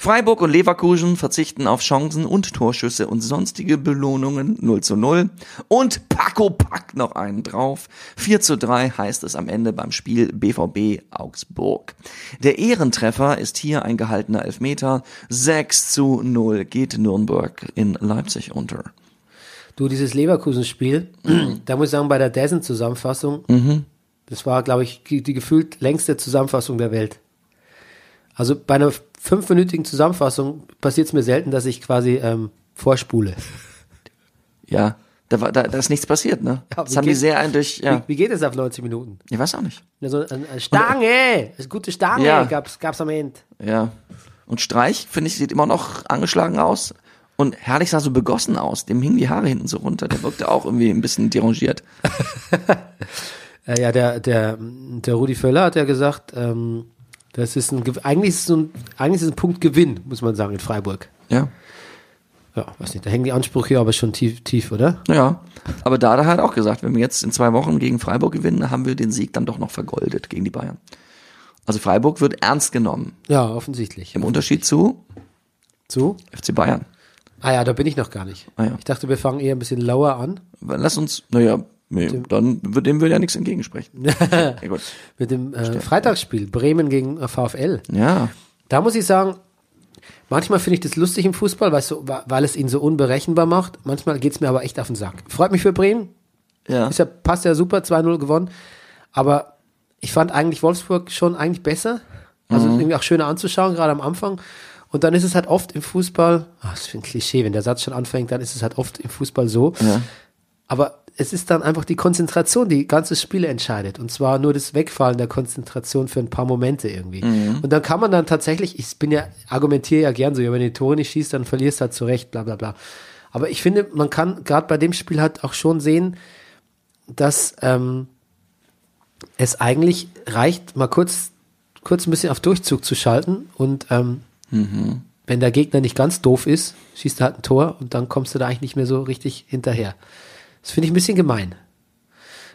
Freiburg und Leverkusen verzichten auf Chancen und Torschüsse und sonstige Belohnungen 0 zu 0. Und Paco packt noch einen drauf. 4 zu 3 heißt es am Ende beim Spiel BVB Augsburg. Der Ehrentreffer ist hier ein gehaltener Elfmeter. 6 zu 0 geht Nürnberg in Leipzig unter. Du, dieses Leverkusen-Spiel, da muss ich sagen, bei der Dessen-Zusammenfassung, das war, glaube ich, die die gefühlt längste Zusammenfassung der Welt. Also bei einer fünfminütigen Zusammenfassung passiert es mir selten, dass ich quasi ähm, vorspule. Ja, da, war, da, da ist nichts passiert, ne? Ja, das wie haben die geht- sehr eindeutig, ja. Wie, wie geht es auf 90 Minuten? Ich weiß auch nicht. Also eine, eine Stange, eine gute Stange Ja. gab's, gab's am Ende. Ja. Und Streich, finde ich, sieht immer noch angeschlagen aus. Und herrlich sah so begossen aus. Dem hingen die Haare hinten so runter. Der wirkte auch irgendwie ein bisschen derangiert. Äh, ja, der, der, der Rudi Völler hat ja gesagt, ähm, das ist ein, Ge- eigentlich ist es ein, eigentlich ist es ein Punkt Gewinn, muss man sagen, in Freiburg. Ja. Ja, weiß nicht, da hängen die Ansprüche aber schon tief, tief, oder? Ja. Aber da hat er halt auch gesagt, wenn wir jetzt in zwei Wochen gegen Freiburg gewinnen, haben wir den Sieg dann doch noch vergoldet gegen die Bayern. Also Freiburg wird ernst genommen. Ja, offensichtlich. Im Unterschied zu So? FC Bayern. Ah ja, da bin ich noch gar nicht. Ah ja. Ich dachte, wir fangen eher ein bisschen lower an Lass uns, naja, nee, dann wird dem würde ja nichts entgegensprechen. ja, gut. mit dem äh, Freitagsspiel Bremen gegen äh, VfL. Ja. Da muss ich sagen, manchmal finde ich das lustig im Fußball, weil, so, weil es ihn so unberechenbar macht. Manchmal geht's mir aber echt auf den Sack. Freut mich für Bremen. Ja. Ist ja, passt ja super, 2-0 gewonnen. Aber ich fand eigentlich Wolfsburg schon eigentlich besser. Also Mhm. irgendwie auch schöner anzuschauen, gerade am Anfang. Und dann ist es halt oft im Fußball, ach, das ist ein Klischee, wenn der Satz schon anfängt, dann ist es halt oft im Fußball so. Ja. Aber es ist dann einfach die Konzentration, die ganze Spiel entscheidet. Und zwar nur das Wegfallen der Konzentration für ein paar Momente irgendwie. Mhm. Und dann kann man dann tatsächlich, ich bin ja, argumentiere ja gern so, ja, wenn du die Tore nicht schießt, dann verlierst du halt zu Recht, bla bla bla. Aber ich finde, man kann gerade bei dem Spiel halt auch schon sehen, dass ähm, es eigentlich reicht, mal kurz, kurz ein bisschen auf Durchzug zu schalten und ähm, Mhm. wenn der Gegner nicht ganz doof ist, schießt er halt ein Tor und dann kommst du da eigentlich nicht mehr so richtig hinterher. Das finde ich ein bisschen gemein.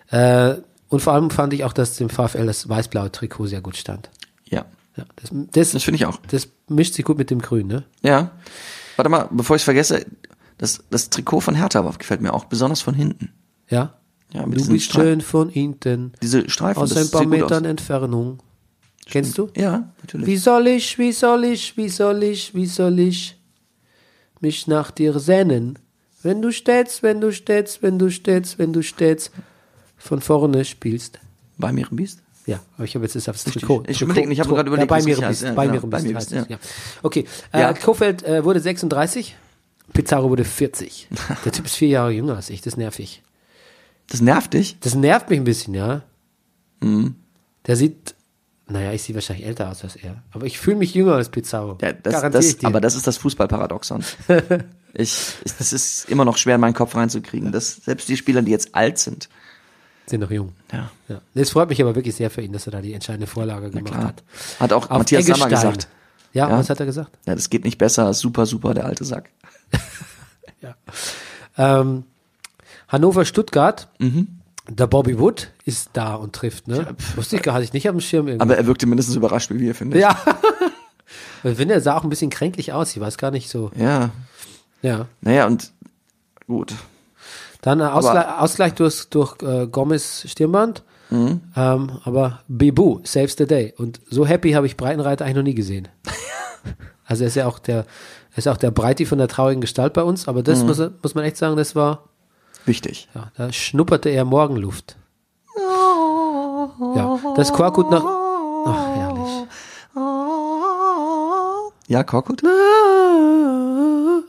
Äh, und vor allem fand ich auch, dass dem VfL das weiß-blaue Trikot sehr gut stand. Ja. Ja, das, das, Das finde ich auch. das mischt sich gut mit dem Grün, ne? Ja. Warte mal, bevor ich vergesse, das, das Trikot von Hertha gefällt mir auch, besonders von hinten. Ja. Ja, mit du diesen bist Streifen. schön von hinten, Diese Streifen, aus das ein paar sieht gut Metern Entfernung. Kennst du? aus. Ja, natürlich. Wie soll ich, wie soll ich, wie soll ich, wie soll ich mich nach dir sehnen? Wenn du stets, wenn du stets, wenn du stets, wenn du stets von vorne spielst. Bei mir ein Biest? Ja, aber ich habe jetzt das aufs Richtig. Trikot. Ich Trikot- überlege nicht, ich habe Trikot- gerade überlegt, Ja, bei was mir ich bist, heiße. bei Ja, mir genau, bist, bei mir bist, heißt es, ja. ja. Okay, Ja. Äh, Kofeld äh, wurde 36, Pizarro wurde 40. Der Typ ist vier Jahre jünger als ich, das ist nervig. Das nervt dich? Das nervt mich ein bisschen, ja. Mhm. Der sieht, naja, ich sehe wahrscheinlich älter aus als er. Aber ich fühle mich jünger als Pizarro. Ja, das, Garantiere ich das, dir. aber das ist das Fußballparadoxon. ich, ich, das ist immer noch schwer in meinen Kopf reinzukriegen, dass selbst die Spieler, die jetzt alt sind, sind noch jung. ja, Ja. Das freut mich aber wirklich sehr für ihn, dass er da die entscheidende Vorlage na gemacht klar. hat. Hat auch Auf Matthias Sammer Eggestein. gesagt. Ja, Ja. was hat er gesagt? Ja, das geht nicht besser, super, super, der alte Sack. Ähm, Hannover Stuttgart, Mhm. der Bobby Wood ist da und trifft, ne? Wusste ich gar nicht, nicht auf dem Schirm irgendwie. Aber er wirkte mindestens überrascht, wie wir, finde ich. ja. Ich finde, er sah auch ein bisschen kränklich aus, ich weiß gar nicht so. Ja. Ja. Naja, und gut. Dann äh, Ausgleich, Ausgleich durch, durch äh, Gomez Stirnband. Ähm, aber Bebu saves the day. Und so happy habe ich Breitenreiter eigentlich noch nie gesehen. also er ist ja auch der, er ist auch der Breiti von der traurigen Gestalt bei uns. Aber das muss, er- muss man echt sagen, das war, Wichtig. ja, da schnupperte er Morgenluft. Ja, das Korkut nach, ach, herrlich. Ja, Korkut?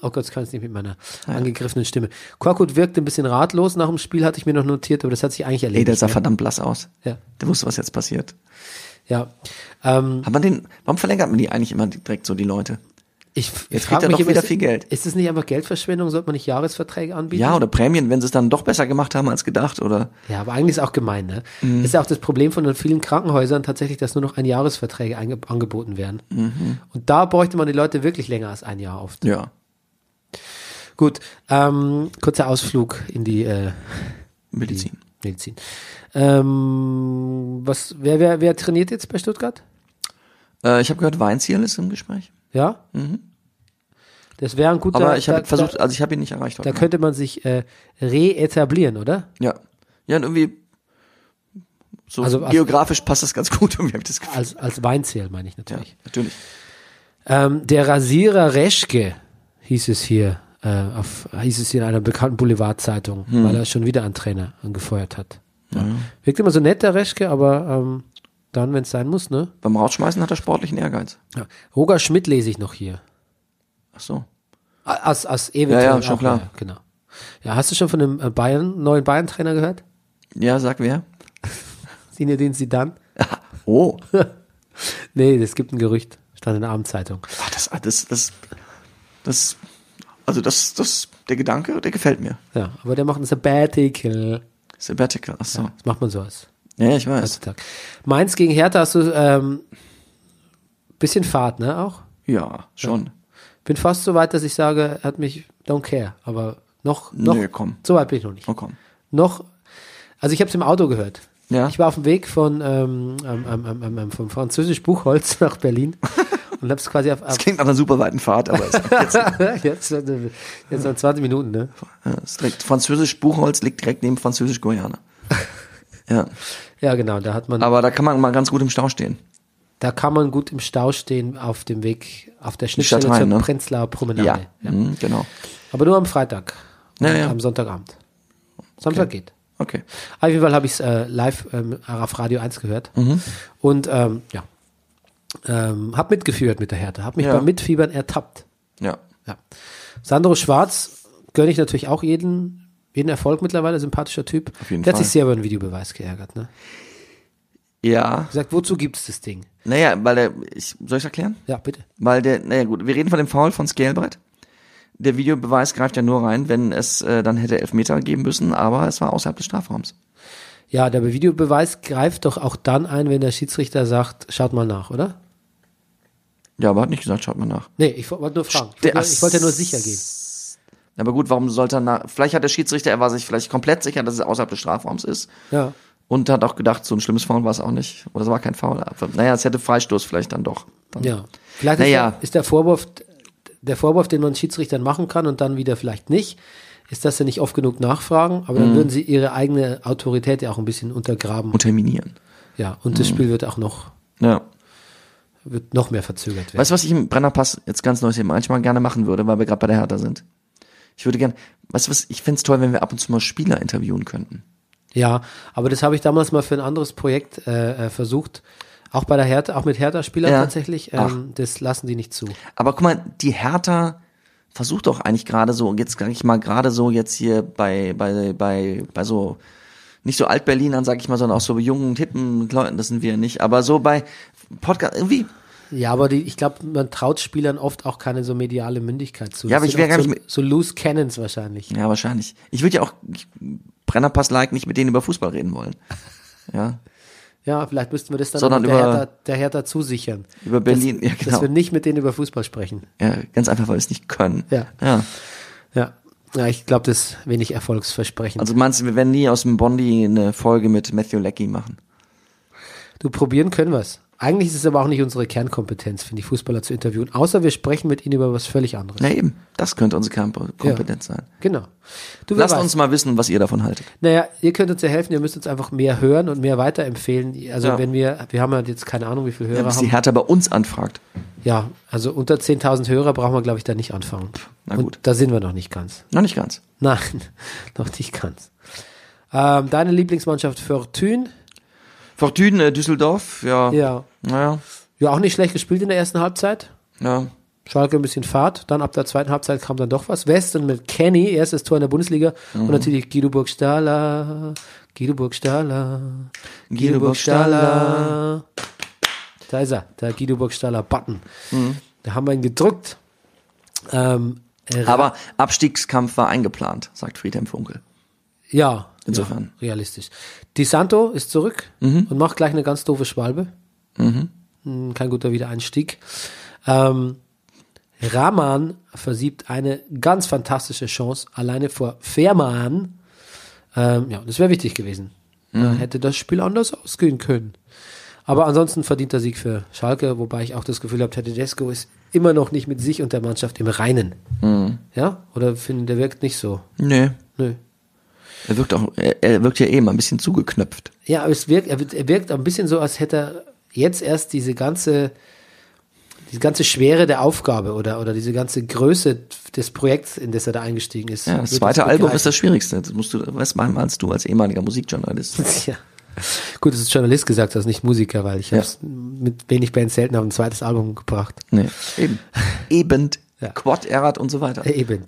Oh Gott, das kann ich nicht mit meiner angegriffenen Stimme. Korkut wirkte ein bisschen ratlos nach dem Spiel, hatte ich mir noch notiert, aber das hat sich eigentlich Ey, erledigt. der sah ne? verdammt blass aus. Ja. Der wusste, was jetzt passiert. Ja. Ähm, Hat man den, warum verlängert man die eigentlich immer direkt so, die Leute? ich Jetzt ich frag kriegt er mich doch immer, wieder ist, viel Geld. Ist es nicht einfach Geldverschwendung? Sollte man nicht Jahresverträge anbieten? Ja, oder Prämien, wenn sie es dann doch besser gemacht haben als gedacht, oder? Ja, aber eigentlich ist auch gemein, ne? Mhm. Ist ja auch das Problem von den vielen Krankenhäusern tatsächlich, dass nur noch ein Jahresverträge einge- angeboten werden. Mhm. Und da bräuchte man die Leute wirklich länger als ein Jahr oft. Ja. Gut, ähm, kurzer Ausflug in die äh, Medizin. Medizin. Ähm, was, wer, wer, wer trainiert jetzt bei Stuttgart? Mhm. Äh, ich habe gehört, Weinzierl ist im Gespräch. Ja? Das wäre ein guter. Mhm. Aber ich da- habe versucht, Da, also ich habe ihn nicht erreicht heute. da könnte man sich äh, reetablieren, oder? ja. Ja, und irgendwie so Also, also- geografisch passt das ganz gut, irgendwie habe ich das Gefühl. Als, als Weinzähl meine ich Ja, natürlich. natürlich. Ähm, der Rasierer Reschke hieß es hier, äh, auf, hieß es hier in einer bekannten Boulevardzeitung, Hm. weil er schon wieder einen Trainer angefeuert hat. Ja. Wirkt immer so nett, der Reschke, aber ähm, dann, wenn es sein muss, ne? Beim Rausschmeißen hat er sportlichen Ehrgeiz. Ja. Roger Schmidt lese ich noch hier. Ach so. A- Aus, aus Ewe Ja, ja, schon klar. Genau. Ja, hast du schon von dem äh, Bayern, neuen Bayern-Trainer gehört? Ja, sag wer? Sinedin Sidan? Oh. Nee, das gibt ein Gerücht. Stand in der Abendzeitung. Ach, das, das, das, das, also das, das, der Gedanke, der gefällt mir. Ja, aber der macht ein Sabbatical. Sabbatical, ach so. Das macht man so als Ja, ich weiß. Tag. Mainz gegen Hertha hast du ähm, bisschen Fahrt, ne? Auch. Ja, schon. Bin fast so weit, dass ich sage, hat mich don't care. Aber noch, noch Nö, komm. so weit bin ich noch nicht. Oh, komm. Noch, also ich habe es im Auto gehört. Ja. Ich war auf dem Weg von ähm, ähm, ähm, ähm, ähm, ähm, vom französisch Buchholz nach Berlin und habe es quasi auf, Das auf klingt nach einer super weiten Fahrt, aber es jetzt, äh, jetzt noch 20 Minuten, ne? ja, es ist direkt, Französisch Buchholz liegt direkt neben Französisch Guyana. Ja. Ja, genau. Da hat man, Aber da kann man mal ganz gut im Stau stehen. da kann man gut im Stau stehen auf dem Weg auf der Schnittstelle Stadt rein, zur ne? Prenzlauer Promenade. Ja, Mhm, genau. Aber nur am Freitag. Ja, und ja. Am Sonntagabend. Samstag geht. Okay. Auf jeden Fall habe ich es äh, live ähm, auf Radio 1 gehört. Mhm. Und ähm, ja, ähm, habe mitgeführt mit der Härte. Habe mich Ja. beim Mitfiebern ertappt. Ja. Ja. Sandro Schwarz gönne ich natürlich auch jeden, jeden Erfolg mittlerweile. Sympathischer Typ. Auf jeden der hat Fall. sich sehr über den Videobeweis geärgert. Ne? Ja. Gesagt, wozu gibt es das Ding? Naja, weil der, ich, soll ich erklären? Ja, bitte. Weil der, naja gut, wir reden von dem Foul von Scalbrett. Der Videobeweis greift ja nur rein, wenn es äh, dann hätte Elfmeter geben müssen, aber es war außerhalb des Strafraums. Ja, der Videobeweis greift doch auch dann ein, wenn der Schiedsrichter sagt, schaut mal nach, oder? Ja, aber hat nicht gesagt, schaut mal nach. Nee, ich wollte nur fragen. Ich Der- wollte, ich wollte nur sicher gehen. Aber gut, warum sollte er nach, vielleicht hat der Schiedsrichter, er war sich vielleicht komplett sicher, dass es außerhalb des Strafraums ist. Ja. und hat auch gedacht, so ein schlimmes Foul war es auch nicht. Oder es war kein Foul. Aber, naja, es hätte Freistoß vielleicht dann doch. Dann, Ja. Vielleicht Naja. ist, der, ist der Vorwurf, der Vorwurf, den man Schiedsrichtern machen kann und dann wieder vielleicht nicht, ist, dass sie nicht oft genug nachfragen, aber dann würden sie ihre eigene Autorität ja auch ein bisschen untergraben. Mhm. Und Mhm. terminieren. ja, und das Spiel wird auch noch, Ja. wird noch mehr verzögert werden. Weißt du, was ich im Brennerpass jetzt ganz neu hier manchmal gerne machen würde, weil wir gerade bei der Hertha sind? Ich würde gerne, weißt du was, ich find's toll, wenn wir ab und zu mal Spieler interviewen könnten. Ja, aber das habe ich damals mal für ein anderes Projekt äh, äh, versucht. Auch bei der Hertha, auch mit Hertha-Spielern Ja. tatsächlich. Ähm, das lassen die nicht zu. Aber guck mal, die Hertha versucht doch eigentlich gerade so, und jetzt sage ich mal gerade so jetzt hier bei, bei, bei, bei so, nicht so Alt-Berlinern, sag ich mal, sondern auch so jungen, hippen Leuten, das sind wir nicht, aber so bei Podcast, irgendwie, Ja, aber die, ich glaube, man traut Spielern oft auch keine so mediale Mündigkeit zu. Ja, aber Das ich sind wär auch gar so, nicht mit- so loose cannons wahrscheinlich. ja, wahrscheinlich. Ich würde ja auch Brennerpass-like nicht mit denen über Fußball reden wollen. Ja, Ja, vielleicht müssten wir das dann Sondern der, über- Hertha, der Hertha zusichern. über Berlin, dass, ja, genau. dass wir nicht mit denen über Fußball sprechen. ja, ganz einfach, weil wir es nicht können. Ja. ja. Ja, ja ich glaube, das ist wenig erfolgsversprechend. Also meinst du, wir werden nie aus dem Bondi eine Folge mit Matthew Leckie machen? du, probieren können wir's. Eigentlich ist es aber auch nicht unsere Kernkompetenz, finde ich, Fußballer zu interviewen. Außer wir sprechen mit ihnen über was völlig anderes. Na eben, das könnte unsere Kamp- Kompetenz sein. Genau. Du, wer Lasst weiß. uns mal wissen, was ihr davon haltet. Naja, ihr könnt uns ja helfen, ihr müsst uns einfach mehr hören und mehr weiterempfehlen. Also Ja. wenn wir, wir haben ja jetzt keine Ahnung, wie viele Hörer Bis die haben. Hertha bei uns anfragt. Ja, also unter 10.000 Hörer brauchen wir, glaube ich, da nicht anfangen. na gut. Und da sind wir noch nicht ganz. Noch nicht ganz. Nein, noch nicht ganz. Ähm, deine Lieblingsmannschaft Fortune. Fortune äh, Düsseldorf, ja. Ja. Naja, Ja, auch nicht schlecht gespielt in der ersten Halbzeit. ja. Schalke ein bisschen Fahrt, dann ab der zweiten Halbzeit kam dann doch was. Westen mit Kenny, erstes Tor in der Bundesliga und natürlich Guido Burgstaller, Guido Burgstaller, Guido Guido Burgstaller. Burgstaller. Da ist er, der Guido Burgstaller Button. Da haben wir ihn gedrückt. Ähm, äh, Aber Abstiegskampf war eingeplant, sagt Friedhelm Funkel. ja, Insofern. ja, realistisch. Di Santo ist zurück und macht gleich eine ganz doofe Schwalbe. Hm, Kein guter Wiedereinstieg. Ähm, Rahman versiebt eine ganz fantastische Chance alleine vor Fährmann. Ähm, ja, das wäre wichtig gewesen. Da hätte das Spiel anders ausgehen können. Aber ansonsten verdienter Sieg für Schalke, wobei ich auch das Gefühl habe, Tedesco ist immer noch nicht mit sich und der Mannschaft im Reinen. Ja? Oder finden, der wirkt nicht so. Nee. Nö. Er wirkt auch, er, er wirkt ja eh mal ein bisschen zugeknöpft. Ja, aber es wirkt, er wird- er wirkt ein bisschen so, als hätte er jetzt erst diese ganze, diese ganze Schwere der Aufgabe oder, oder diese ganze Größe des Projekts, in das er da eingestiegen ist. Ja, das Wird zweite jetzt Album ist begreifen. das Schwierigste. Das musst du, weißt mal, als du als ehemaliger Musikjournalist. Ja. Gut, dass du Journalist gesagt hast, nicht Musiker, weil ich hab's mit wenig Bands selten auf ein zweites Album gebracht. Nee. Eben. Eben. Ja. Quad Errat und so weiter. Äh, Eben.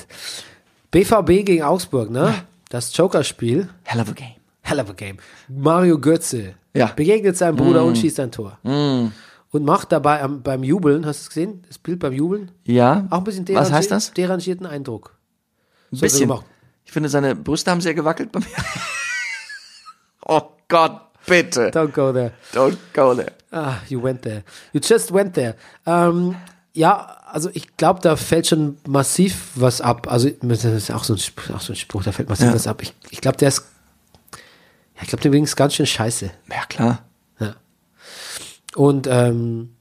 BVB gegen Augsburg, ne? Das Joker-Spiel. Hell of a game. Hell of a game. Mario Götze Ja. Mm. begegnet seinem Bruder und schießt ein Tor. Und macht dabei am, beim Jubeln, hast du es gesehen? Das Bild beim Jubeln? Ja. Auch ein bisschen derangier Was heißt das? derangierten Eindruck. So Ein hat er bisschen. gemacht. Ich finde, seine Brüste haben sehr gewackelt bei mir. oh Gott, bitte. Don't go there. Don't go there. Ah, you went there. You just went there. Ähm, ja, also ich glaube, da fällt schon massiv was ab. Also das ist auch so ein, Sp- auch so ein Spruch, da fällt massiv Ja. was ab. Ich, ich glaube, der ist, ja, ich glaube, dem ging es ganz schön scheiße. Ja, klar. Ja. Und ähm,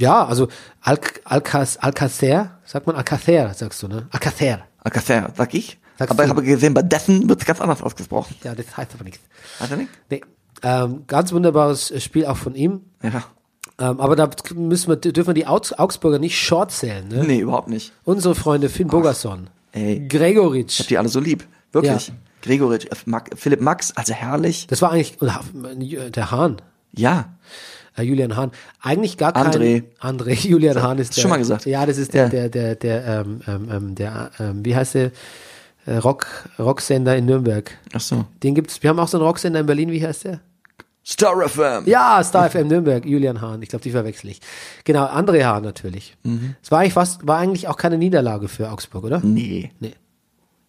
ja, also Al Alcas- Alcacer, sagt man Alcacer, sagst du, ne? Alcacer. Alcacer, sag ich. Sagst aber ich du. habe gesehen, bei Dessen wird es ganz anders ausgesprochen. Ja, das heißt aber nichts. Hat er nicht? Nee. Ähm, ganz wunderbares Spiel auch von ihm. Ja. Ähm, aber da müssen wir, dürfen wir die Augs Augsburger nicht short zählen. Ne? Nee, überhaupt nicht. Unsere Freunde Finn Bogerson, ey. Gregoritsch. Die alle so lieb. Wirklich. Ja. Gregoritsch, äh, Mac- Philipp Max, also herrlich. Das war eigentlich und Ha- der Hahn, Ja. äh, Julian Hahn. Eigentlich gar kein André. André, Julian Hahn ist Hast der. du schon mal gesagt? Ja, das ist der, Ja. der, der, der, ähm, ähm, ähm, der, ähm, wie heißt der äh, Rock, Rocksender in Nürnberg. Ach so. Den gibt's. Wir haben auch so einen Rocksender in Berlin. Wie heißt der? Star FM. Ja, Star FM Nürnberg, Julian Hahn. Ich glaube, die verwechsel ich. Genau, André Hahn natürlich. Es Mhm. war eigentlich fast, war eigentlich auch keine Niederlage für Augsburg, oder? Nee. Nee.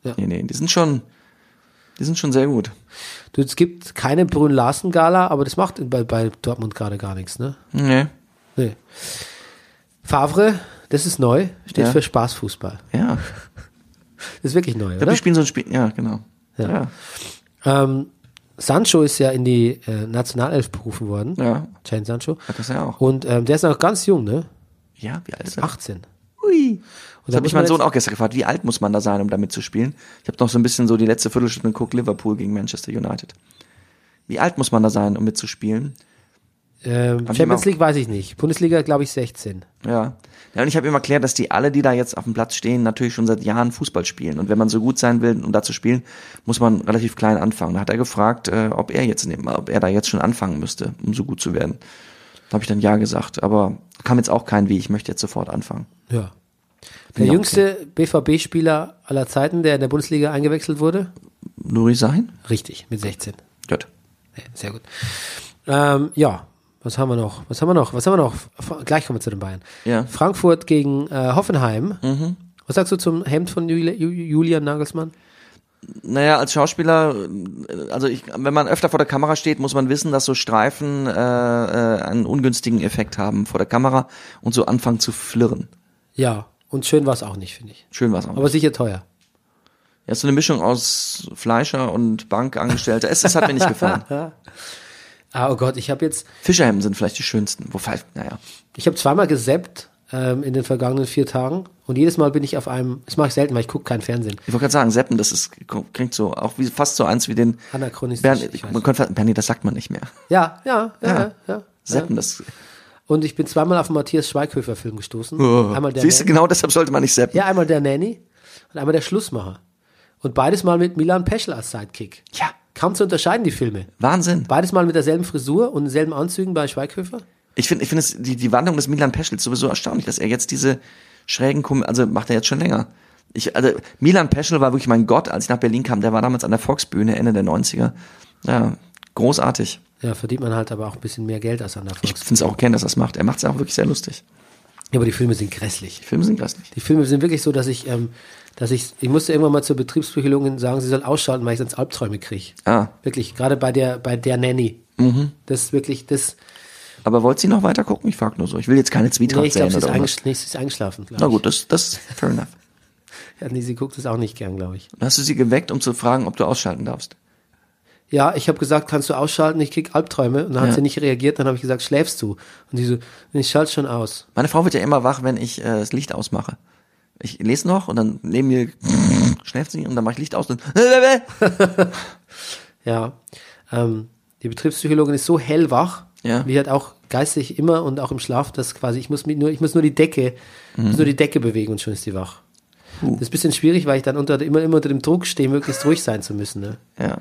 Ja. Ja. Nee, nee. Die sind schon, die sind schon sehr gut. Du, es gibt keine Brünn-Larsen-Gala, aber das macht bei, bei Dortmund gerade gar nichts, ne? Nee. Nee. Favre, das ist neu, steht Ja. für Spaßfußball. Ja. Das ist wirklich neu, Ich glaube, oder? die spielen so ein Spiel. Ja, genau. Ähm, Sancho ist ja in die äh, Nationalelf berufen worden. Ja. Jane Sancho. das ja auch. Und ähm, der ist noch ganz jung, ne? Ja, wie alt ist er? 18. da Ui. Das habe muss ich meinen man Sohn jetzt- auch gestern gefragt, wie alt muss man da sein, um damit zu spielen? Ich habe noch so ein bisschen so die letzte Viertelstunde geguckt, Liverpool gegen Manchester United. Wie alt muss man da sein, um mitzuspielen? Ähm, ich Champions auch- League weiß ich nicht. Bundesliga, glaube ich, 16. Ja. ja und ich habe immer erklärt, dass die alle, die da jetzt auf dem Platz stehen, natürlich schon seit Jahren Fußball spielen. Und wenn man so gut sein will, um da zu spielen, muss man relativ klein anfangen. Da hat er gefragt, äh, ob er jetzt neben, ob er da jetzt schon anfangen müsste, um so gut zu werden. Da habe ich dann ja gesagt, aber kam jetzt auch kein wie, ich möchte jetzt sofort anfangen. Ja. Der Ja, okay. jüngste BVB-Spieler aller Zeiten, der in der Bundesliga eingewechselt wurde? Nuri sein? Richtig, mit 16. Gut. Ja, Sehr gut. Ähm, ja, was haben wir noch? Was haben wir noch? Was haben wir noch? F- Gleich kommen wir zu den Bayern. Ja. Frankfurt gegen äh, Hoffenheim. Was sagst du zum Hemd von Juli Ju- Julian Nagelsmann? Naja, als Schauspieler, äh, also ich, wenn man öfter vor der Kamera steht, muss man wissen, dass so Streifen äh, äh, einen ungünstigen Effekt haben vor der Kamera und so anfangen zu flirren. Ja, und schön war es auch nicht, finde ich. Schön war's auch. Aber sicher teuer. ja, ist so eine Mischung aus Fleischer und Bankangestellter. Es, es hat mir nicht gefallen. Ah, oh Gott, ich habe jetzt, Fischerhemden sind vielleicht die schönsten. Wo falsch, naja. ich habe zweimal gesäppt ähm, in den vergangenen vier Tagen und jedes Mal bin ich auf einem, das mache ich selten, weil ich gucke keinen Fernsehen. Ich wollte gerade sagen, Seppen, das ist, klingt so, auch wie, fast so eins wie den. Anachronistisch, ich Bernd, weiß. Ne? man könnte, fast- Bernie, das sagt man nicht mehr. Ja, ja, ja, ja. ja, Seppen, das. Und ich bin zweimal auf einen Matthias Schweighöfer-Film gestoßen. Einmal der Siehst du, Nanny. genau deshalb sollte man nicht seppen. Ja, einmal der Nanny und einmal der Schlussmacher. Und beides mal mit Milan Peschel als Sidekick. ja. Kaum zu unterscheiden, die Filme. Wahnsinn. Beides mal mit derselben Frisur und denselben Anzügen bei Schweighöfer. Ich finde, ich finde es die, die Wandlung des Milan Peschel sowieso erstaunlich, dass er jetzt diese schrägen Kom also macht er jetzt schon länger. Ich, also Milan Peschel war wirklich mein Gott, als ich nach Berlin kam. Der war damals an der Volksbühne Ende der 90er. Ja, großartig. Ja, verdient man halt aber auch ein bisschen mehr Geld als an der Ich Fox. finde es auch gern, dass er es macht. Er macht es auch wirklich sehr lustig. Ja, aber die Filme sind grässlich. Die Filme sind grässlich. Die Filme sind wirklich so, dass ich, ähm, dass ich, ich musste irgendwann mal zur Betriebspsychologin sagen, sie soll ausschalten, weil ich sonst Albträume kriege. Ah, Mhm. Wirklich, gerade bei der, bei der Nanny. Das ist wirklich, das, aber wollt ihr noch weiter gucken? Ich frage nur so. Ich will jetzt keine Zwietracht nee, ich glaube, sehen sie, ist oder irgendwas. eingesch- nee, sie ist eingeschlafen, glaube Na ich. gut, das, das, fair enough. Ja, nee, sie guckt es auch nicht gern, glaube ich. Dann Hast du sie geweckt, um zu fragen, ob du ausschalten darfst? Ja, ich habe gesagt, kannst du ausschalten, ich krieg Albträume. Und dann Ja. hat sie nicht reagiert, dann habe ich gesagt, schläfst du? Und sie so, nee, ich schalte schon aus. Meine Frau wird ja immer wach, wenn ich äh, das Licht ausmache. Ich lese noch und dann neben mir schläft sie und dann mache ich Licht aus und Ja. Ähm, die Betriebspsychologin ist so hellwach, Ja. wie halt auch geistig immer und auch im Schlaf, dass quasi ich muss mich nur, ich muss nur die Decke, muss nur die Decke bewegen und schon ist die wach. Das ist ein bisschen schwierig, weil ich dann unter, immer, immer unter dem Druck stehe, möglichst ruhig sein zu müssen. Ne? ja.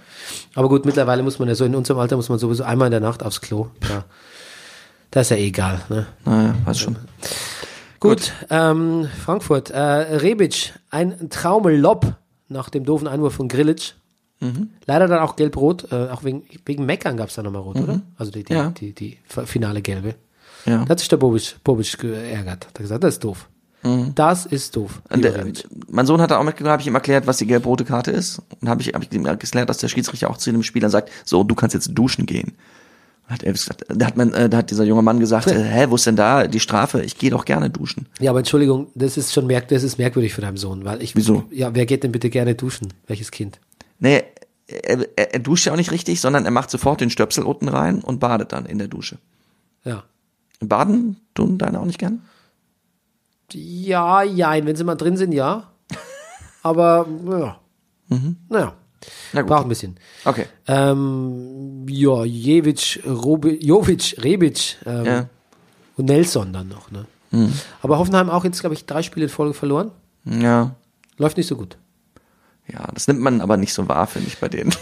Aber gut, mittlerweile muss man ja so, in unserem Alter muss man sowieso einmal in der Nacht aufs Klo. Ja. Das ist ja eh egal. Ne? Naja, weiß schon. Gut, ähm, Frankfurt. Äh, Rebic, ein Traumelob nach dem doofen Einwurf von Grillitsch. Mhm. Leider dann auch gelb-rot, äh, auch wegen, wegen Meckern gab es da nochmal rot, oder? Also die, die, Mhm. Ja. die, die f- finale gelbe. Ja. Da hat sich der Bobic, Bobic geärgert. Da hat gesagt, das ist doof. Das ist doof. Mhm. Und lieber der, Rebic. mein Sohn hat da auch mitgenommen, habe ich ihm erklärt, was die gelb-rote Karte ist. Und habe ich, hab ich ihm erklärt, dass der Schiedsrichter auch zu dem Spieler sagt, so, du kannst jetzt duschen gehen. Hat Elvis gesagt, da hat, mein, äh, da hat dieser junge Mann gesagt, äh, hä, wo ist denn da die Strafe? Ich gehe doch gerne duschen. Ja, aber Entschuldigung, das ist schon merk das ist merkwürdig von deinem Sohn, weil ich. Wieso? Ja, wer geht denn bitte gerne duschen? Welches Kind? Nee, er, er, er duscht ja auch nicht richtig, sondern er macht sofort den Stöpsel unten rein und badet dann in der Dusche. Ja. Baden tun deine auch nicht gern? Ja, jein. Wenn sie mal drin sind, ja. Aber, naja. Naja. Mhm. Na gut. Braucht ein bisschen. Okay. Ähm, ja, Jevic, Robi, Jovic, Rebic ähm, Ja. Mhm. und Nelson dann noch. Ne? Aber Hoffenheim auch jetzt, glaube ich, drei Spiele in Folge verloren. Ja. Läuft nicht so gut. Ja, das nimmt man aber nicht so wahr, finde ich, bei denen.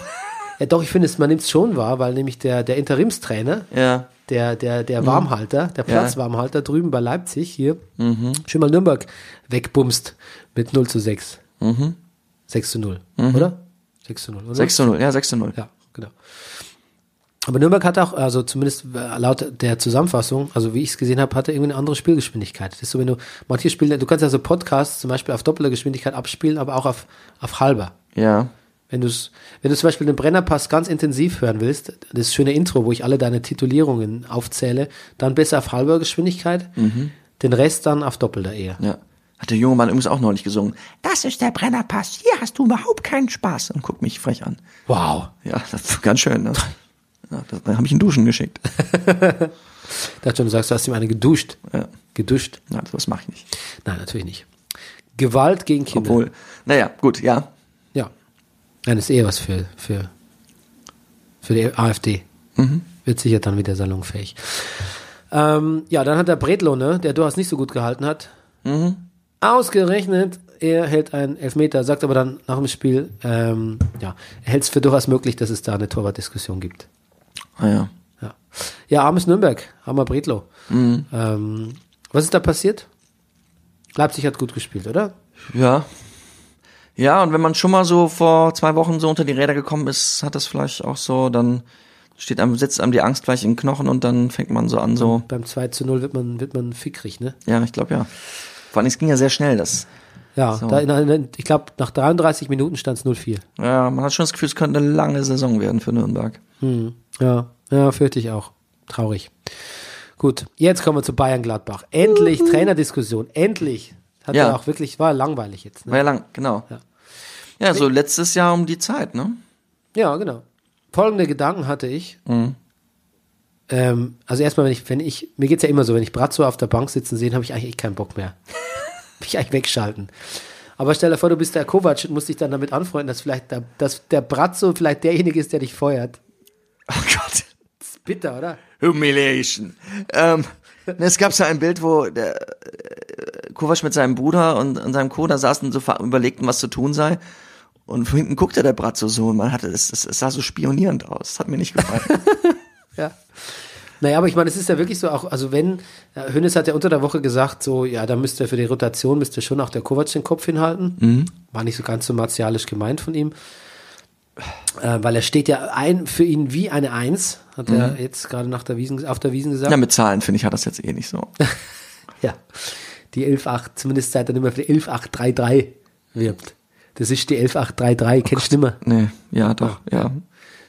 Ja, doch, ich finde, es- man nimmt es schon wahr, weil nämlich der, der Interimstrainer, ja. der, der, der Warmhalter, der Ja. Platzwarmhalter drüben bei Leipzig hier, schön mal Nürnberg wegbumst mit 0 zu 6. 6 zu 0, oder? 6 zu 0, oder? 6 zu 0, ja, 6 zu 0. Ja, genau. Aber Nürnberg hat auch, also zumindest äh, laut der Zusammenfassung, also wie ich es gesehen habe, hatte irgendwie eine andere Spielgeschwindigkeit. Das ist so, wenn du manche Spiele, du kannst also Podcasts zum Beispiel auf doppelter Geschwindigkeit abspielen, aber auch auf, auf halber. Ja. Wenn du wenn du zum Beispiel den Brennerpass ganz intensiv hören willst, das schöne Intro, wo ich alle deine Mhm. Titulierungen aufzähle, dann besser auf halber Geschwindigkeit, den Rest dann auf doppelter eher. Ja. Hat der junge Mann übrigens auch neulich gesungen. Das ist der Brennerpass. Hier hast du überhaupt keinen Spaß. Und guckt mich frech an. Wow. Ja, das ist ganz schön, ne? Ja, das- dann habe ich ihn duschen geschickt. Dachte schon, du sagst, du hast ihm eine geduscht. Ja. Geduscht? Nein, sowas mache ich nicht. Nein, natürlich nicht. Gewalt gegen Kinder. Obwohl, naja, gut, ja. Ja. Nein, ist eher was für, für, für die AfD. Wird sicher dann wieder salonfähig. Ähm, ja, dann hat der Bredlo, ne, der durchaus nicht so gut gehalten hat. Ausgerechnet, er hält einen Elfmeter, sagt aber dann nach dem Spiel, ähm, ja, er hält es für durchaus möglich, dass es da eine Torwartdiskussion gibt. Ah, ja. Ja, ja armes Nürnberg, armer Bredlo. Ähm, was ist da passiert? Leipzig hat gut gespielt, oder? Ja. Ja, und wenn man schon mal so vor zwei Wochen so unter die Räder gekommen ist, hat das vielleicht auch so, dann steht einem, sitzt einem die Angst gleich in den Knochen und dann fängt man so an, so. Beim 2 zu 0 wird man, wird man fickrig, ne? Ja, ich glaube ja. Vor allem, es ging ja sehr schnell, das. Ja, So. da in, in, ich glaube, nach 33 Minuten stand es 0-4. Ja, man hat schon das Gefühl, es könnte eine lange Saison werden für Nürnberg. Hm. Ja, ja, fürchte ich auch. Traurig. Gut, jetzt kommen wir zu Bayern-Gladbach. Endlich Trainerdiskussion, endlich. Hat ja. Ja. auch wirklich, war langweilig jetzt. Ne? War ja lang, genau. Ja. Ja. so letztes Jahr um die Zeit, ne? Ja, genau. Folgende Gedanken hatte ich. Ähm, also erstmal, wenn ich, wenn ich, mir geht's ja immer so, wenn ich Bratzo auf der Bank sitzen sehen, habe ich eigentlich echt keinen Bock mehr. Mich eigentlich wegschalten. Aber stell dir vor, du bist der Kovac und musst dich dann damit anfreunden, dass vielleicht der, dass der Bratzo vielleicht derjenige ist, der dich feuert. Oh Gott. Das ist bitter, oder? Humiliation. Ähm, ne, es gab so ein Bild, wo der äh, Kovac mit seinem Bruder und, und seinem Co. da saßen und so ver- überlegten, was zu tun sei. Und von hinten guckte der Bratzo so und man hatte, es, es, es sah so spionierend aus. Das hat mir nicht gefallen. Ja. Naja, aber ich meine, es ist ja wirklich so auch, also wenn, ja, Hönes hat ja unter der Woche gesagt, so, ja, da müsste für die Rotation, müsste schon auch der Kovac den Kopf hinhalten. Mhm. War nicht so ganz so martialisch gemeint von ihm. Äh, weil er steht ja ein, für ihn wie eine Eins, hat er jetzt gerade nach der Wiesen, auf der Wiesen gesagt. Mhm. ja, mit Zahlen finde ich hat das jetzt eh nicht so. Ja. Die 118, zumindest seit er nicht mehr für die 11833 wirbt. Das ist die Oh 11833, kennst du nicht mehr. Nee, ja, doch, ja.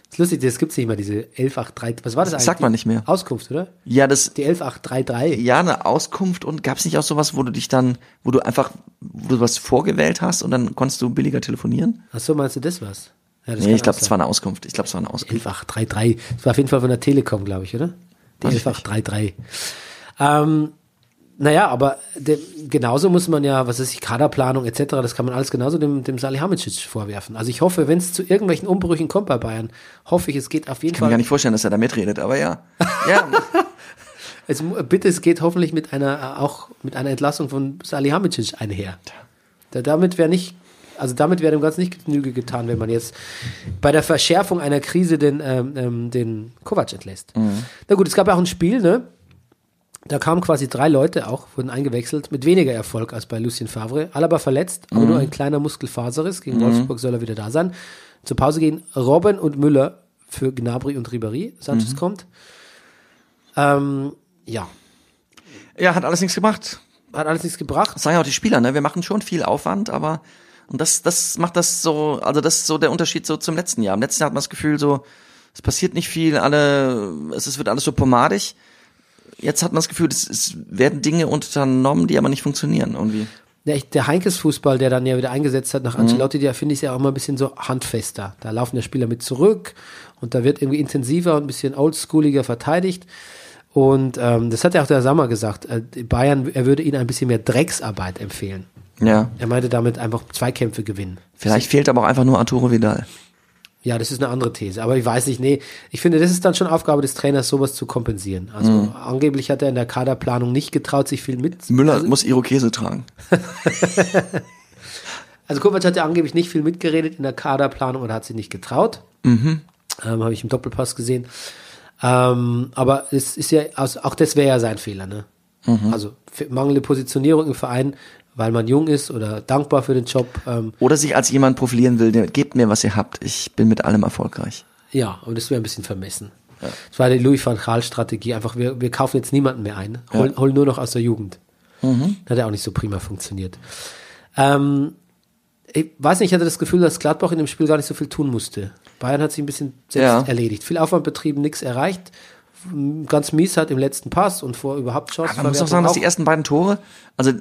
Ist lustig, das gibt's nicht mehr, diese 11833. Was war das eigentlich? sagt man nicht mehr. Auskunft, oder? Ja, das, Die 11833. ja, eine Auskunft und gab es nicht auch sowas, wo du dich dann, wo du einfach, wo du was vorgewählt hast und dann konntest du billiger telefonieren? Ach so, meinst du das was? Ja, das Nee, ich glaube, es war eine Auskunft. Ich glaube, es war eine Auskunft. 11.833. Das war auf jeden Fall von der Telekom, glaube ich, oder? Die Weiß ich 11.833. Ähm, naja, aber de, genauso muss man ja, was ist ich, Kaderplanung etc., das kann man alles genauso dem, dem Salihamidzic vorwerfen. Also ich hoffe, wenn es zu irgendwelchen Umbrüchen kommt bei Bayern, hoffe ich, es geht auf jeden Ich kann mir gar Fall, nicht vorstellen, dass er da mitredet, aber ja. Ja, es, Also, mu- bitte, es geht hoffentlich mit einer, äh, auch mit einer Entlassung von Salihamidzic einher. Da, damit wäre nicht, also damit wäre dem Ganzen nicht Genüge getan, wenn man jetzt bei der Verschärfung einer Krise den, ähm, ähm, den Kovac entlässt. Na gut, es gab ja auch ein Spiel, ne? Da kamen quasi drei Leute auch, wurden eingewechselt, mit weniger Erfolg als bei Lucien Favre. Alaba verletzt, aber nur ein kleiner Muskelfaserriss. Gegen Wolfsburg soll er wieder da sein. Zur Pause gehen Robben und Müller für Gnabry und Ribéry. Sanchez kommt. Ähm, ja, ja hat alles nichts gebracht. hat alles nichts gebracht. Das sagen ja auch die Spieler, ne? Wir machen schon viel Aufwand, aber und das, das macht das so, also das ist so der Unterschied so zum letzten Jahr. Im letzten Jahr hat man das Gefühl, so, es passiert nicht viel, alle, es ist, wird alles so pomadig. Jetzt hat man das Gefühl, es, es werden Dinge unternommen, die aber nicht funktionieren irgendwie. Ja, ich- Der Heinkes-Fußball, der dann ja wieder eingesetzt hat nach Ancelotti, der finde ich ja auch mal ein bisschen so handfester. Da laufen der Spieler mit zurück und da wird irgendwie intensiver und ein bisschen oldschooliger verteidigt. Und ähm, das hat ja auch der Sammer gesagt. Äh, die Bayern, er würde ihnen ein bisschen mehr Drecksarbeit empfehlen. Ja. Er meinte damit einfach Zweikämpfe gewinnen. Vielleicht fehlt aber auch einfach nur Arturo Vidal. Ja, das ist eine andere These, aber ich weiß nicht, nee, ich finde, das ist dann schon Aufgabe des Trainers, sowas zu kompensieren. Also angeblich hat er in der Kaderplanung nicht getraut, sich viel mit Müller muss Irokese tragen. Also Kovac hat ja angeblich nicht viel mitgeredet in der Kaderplanung oder hat sich nicht getraut. Ähm, Habe ich im Doppelpass gesehen. Ähm, aber es ist ja, aus- auch das wäre ja sein Fehler, ne? Also f- mangelnde Positionierung im Verein, weil man jung ist oder dankbar für den Job. Ähm, Oder sich als jemand profilieren will, der gebt mir, was ihr habt. Ich bin mit allem erfolgreich. ja, und das wäre ein bisschen vermessen. Es war die Louis van Gaal-Strategie. Einfach, wir, wir kaufen jetzt niemanden mehr ein, holen, holen nur noch aus der Jugend. Mhm. Hat ja auch nicht so prima funktioniert. Ähm, ich weiß nicht, ich hatte das Gefühl, dass Gladbach in dem Spiel gar nicht so viel tun musste. Bayern hat sich ein bisschen selbst Ja. erledigt. Viel Aufwand betrieben, nichts erreicht. Ganz mies hat im letzten Pass und vor überhaupt Chance. Man muss auch sagen, dass die ersten beiden Tore, also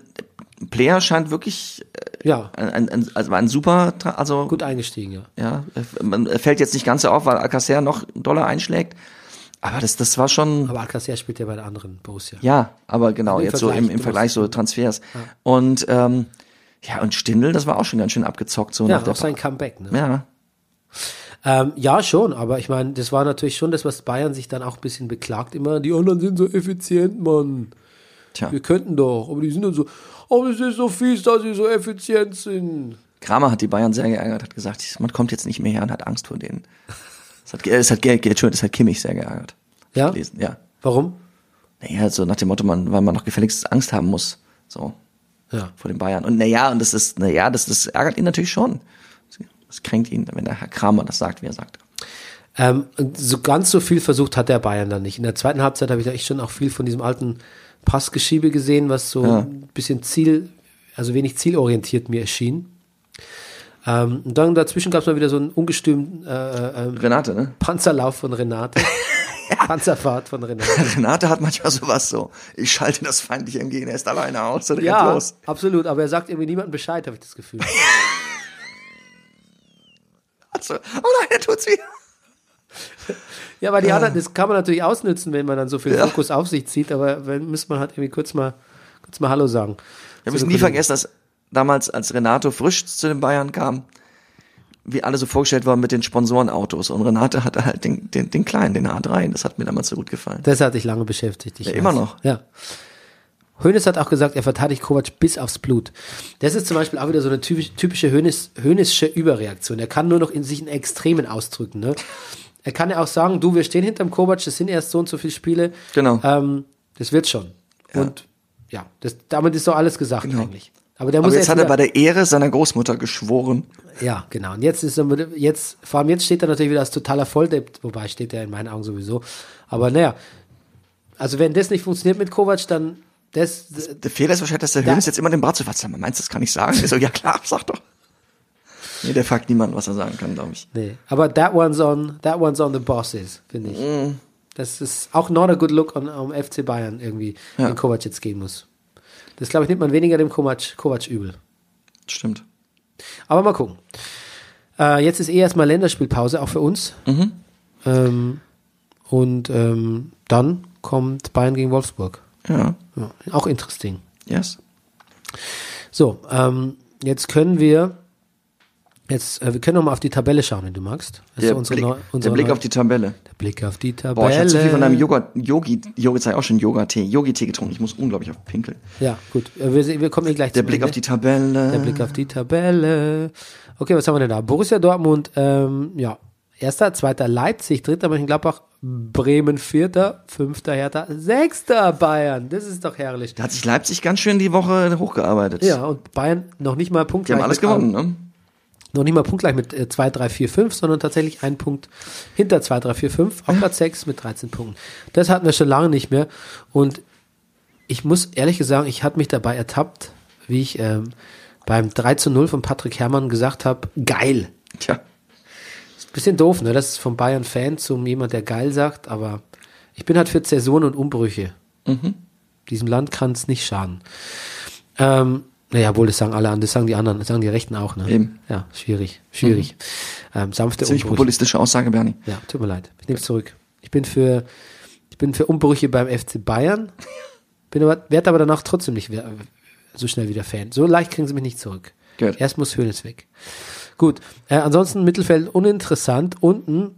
Player scheint wirklich äh, Ja. ein, ein, ein, also ein super, Tra- also Gut eingestiegen, ja. ja, äh, man fällt jetzt nicht ganz so auf, weil Alcacer noch doller einschlägt. Aber das, das war schon, Aber Alcacer spielt ja bei der anderen Borussia. ja, aber genau, Im jetzt so im, Vergleich, im du Vergleich so Transfers. Und ähm, ja, und Stindl, das war auch schon ganz schön abgezockt, so Ja, nach der auch sein Comeback. Ne? Ja, Ähm, ja, schon, aber ich meine, das war natürlich schon das, was Bayern sich dann auch ein bisschen beklagt immer. Die anderen sind so effizient, Mann. tja. Wir könnten doch, aber die sind dann so, aber es ist so fies, dass sie so effizient sind. Kramer hat die Bayern sehr geärgert, hat gesagt, man kommt jetzt nicht mehr her und hat Angst vor denen. Das hat, äh, es hat, Geld, Geld, das hat Kimmich sehr geärgert. Ja? Gelesen, ja. Warum? Naja, so nach dem Motto, man, weil man noch gefälligst Angst haben muss. So. Ja. Vor den Bayern. Und naja, und das ist, naja, das, das ärgert ihn natürlich schon. Das kränkt ihn, wenn der Herr Kramer das sagt, wie er sagt. Ähm, so ganz so viel versucht hat der Bayern dann nicht. In der zweiten Halbzeit habe ich da echt schon auch viel von diesem alten Passgeschiebe gesehen, was so Ja. ein bisschen ziel, also wenig zielorientiert mir erschien. Ähm, und dann dazwischen gab es mal wieder so einen ungestümen äh, äh, Renate, ne? Panzerlauf von Renate. Panzerfahrt von Renate. Renate hat manchmal sowas so. Ich schalte das feindliche MG in erst alleine aus und rennt Ja, los. absolut, aber er sagt irgendwie niemandem Bescheid, habe ich das Gefühl. Also, oh nein, er tut's wieder. Ja, aber die anderen, das kann man natürlich ausnützen, wenn man dann so viel Ja. Fokus auf sich zieht, aber wenn müsste man halt irgendwie kurz mal kurz mal Hallo sagen. Ich habe Zu es den nie Kollegen. vergessen, dass damals, als Renato frisch zu den Bayern kam, wie alle so vorgestellt waren mit den Sponsorenautos. Und Renate hatte halt den, den, den kleinen, den A3. Das hat mir damals so gut gefallen. Das hat dich lange beschäftigt. Ich Ja, weiß. immer noch. Ja. Hoeneß hat auch gesagt, er verteidigt Kovac bis aufs Blut. Das ist zum Beispiel auch wieder so eine typisch, typische Hoeneß, Hoeneßsche Überreaktion. Er kann nur noch in sich in Extremen ausdrücken. Ne? Er kann ja auch sagen, du, wir stehen hinterm Kovac, das sind erst so und so viele Spiele. Genau. Ähm, das wird schon. Und ja, das, damit ist doch alles gesagt eigentlich. Aber der muss Genau. Aber jetzt erst hat er wieder- bei der Ehre seiner Großmutter geschworen. ja, genau. Und jetzt ist er, mit- jetzt, vor allem jetzt steht er natürlich wieder als totaler Volldepp, wobei steht er in meinen Augen sowieso. Aber naja, also wenn das nicht funktioniert mit Kovac, dann das, Der Fehler ist wahrscheinlich, dass der Hönes jetzt immer den Bratzo verzeiht. Meinst du, das kann ich sagen? Ich so, ja klar, sag doch. Nee, der fragt niemanden, was er sagen kann, glaube ich. nee. Aber that one's on, that one's on the bosses, finde ich. Das ist auch not a good look on, am FC Bayern irgendwie, Ja. den Kovac jetzt gehen muss. Das glaube ich nimmt man weniger dem Kovac, Kovac übel. Stimmt. Aber mal gucken. Äh, jetzt ist eh erstmal Länderspielpause, auch für uns. Mhm. Ähm, und ähm, dann kommt Bayern gegen Wolfsburg. Ja. Ja, auch interesting. Yes. So, ähm, jetzt können wir jetzt äh, wir können noch mal auf die Tabelle schauen, wenn du magst. Das ist Der, unsere Blick, neu- der unsere Blick neu- auf die Tabelle. der Blick auf die Tabelle. Boah, ich habe zu viel von deinem Joghurt, Yogi, Yogi, sei auch schon Yoga-Tee, Yogi-Tee getrunken. Ich muss unglaublich auf pinkeln. Ja, gut. Äh, Wir, se- wir kommen eh gleich Der zum Blick Ende. auf die Tabelle. der Blick auf die Tabelle. Okay, was haben wir denn da? Borussia Dortmund, ähm, ja, erster, zweiter Leipzig, dritter Mönchengladbach, Bremen vierter, fünfter Hertha, sechster Bayern. Das ist doch herrlich. Da hat sich Leipzig ganz schön die Woche hochgearbeitet. Ja, und Bayern noch nicht mal Punkt. Die haben alles gewonnen, ne? noch nicht mal punktgleich mit äh, 2, 3, 4, 5, sondern tatsächlich ein Punkt hinter 2, 3, 4, 5, auf Platz 6 mit 13 Punkten. Das hatten wir schon lange nicht mehr. Und ich muss ehrlich sagen, ich hatte mich dabei ertappt, wie ich ähm, beim 3 zu 0 von Patrick Herrmann gesagt habe, geil. Tja, Bisschen doof, ne? Das ist vom Bayern-Fan zum jemand, der geil sagt, aber ich bin halt für Zäsuren und Umbrüche. Mhm. Diesem Land kann es nicht schaden. Ähm, naja, wohl, das sagen alle an, das sagen die anderen, das sagen die Rechten auch, ne? Eben. Mhm. Ja, schwierig, schwierig. Ähm, sanfte ziemlich Umbrüche. populistische Aussage, Bernie. Ja, tut mir leid. Ich nehme es zurück. Ich bin für, ich bin für Umbrüche beim FC Bayern, bin aber, werd aber danach trotzdem nicht wer- so schnell wieder Fan. So leicht kriegen sie mich nicht zurück. Gut. Erst muss Höhnes weg. Gut. Äh, ansonsten Mittelfeld uninteressant. Unten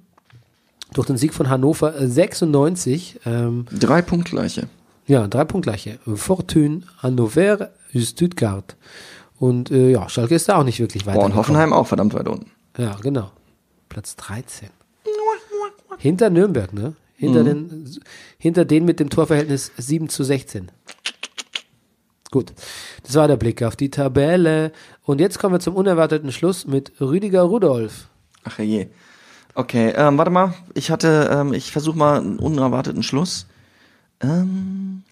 durch den Sieg von Hannover äh, 96. Ähm, Drei Punktgleiche. ja, drei punktgleiche. Fortune, Hannover, Stuttgart. Und äh, ja, Schalke ist da auch nicht wirklich weiter. Boah, und Hoffenheim auch verdammt weit unten. Ja, genau. Platz 13. Hinter Nürnberg, ne? Hinter, den, hinter denen mit dem Torverhältnis 7 zu 16. Gut, das war der Blick auf die Tabelle. Und jetzt kommen wir zum unerwarteten Schluss mit Rüdiger Rudolf. Ach je. Okay, ähm, warte mal. Ich hatte, ähm, ich versuche mal einen unerwarteten Schluss. Ähm,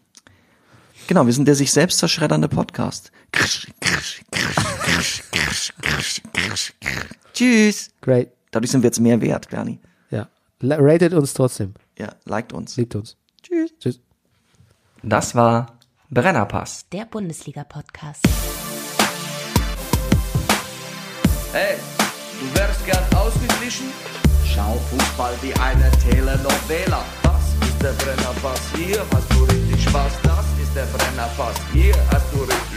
genau, wir sind der sich selbst zerschreddernde Podcast. Krisch, krisch, krisch, krisch, krisch, krisch, krisch, krisch. Tschüss. Great. Dadurch sind wir jetzt mehr wert, Bernie. Ja. La- Ratet uns trotzdem. Ja, liked uns. Liebt uns. Tschüss. Tschüss. Das war Brennerpass. Der Bundesliga-Podcast. Hey, du wärst gern ausgeglichen? Schau Fußball wie eine Telenovela. Das ist der Brennerpass, hier hast du richtig Spaß. Das ist der Brennerpass, hier hast du richtig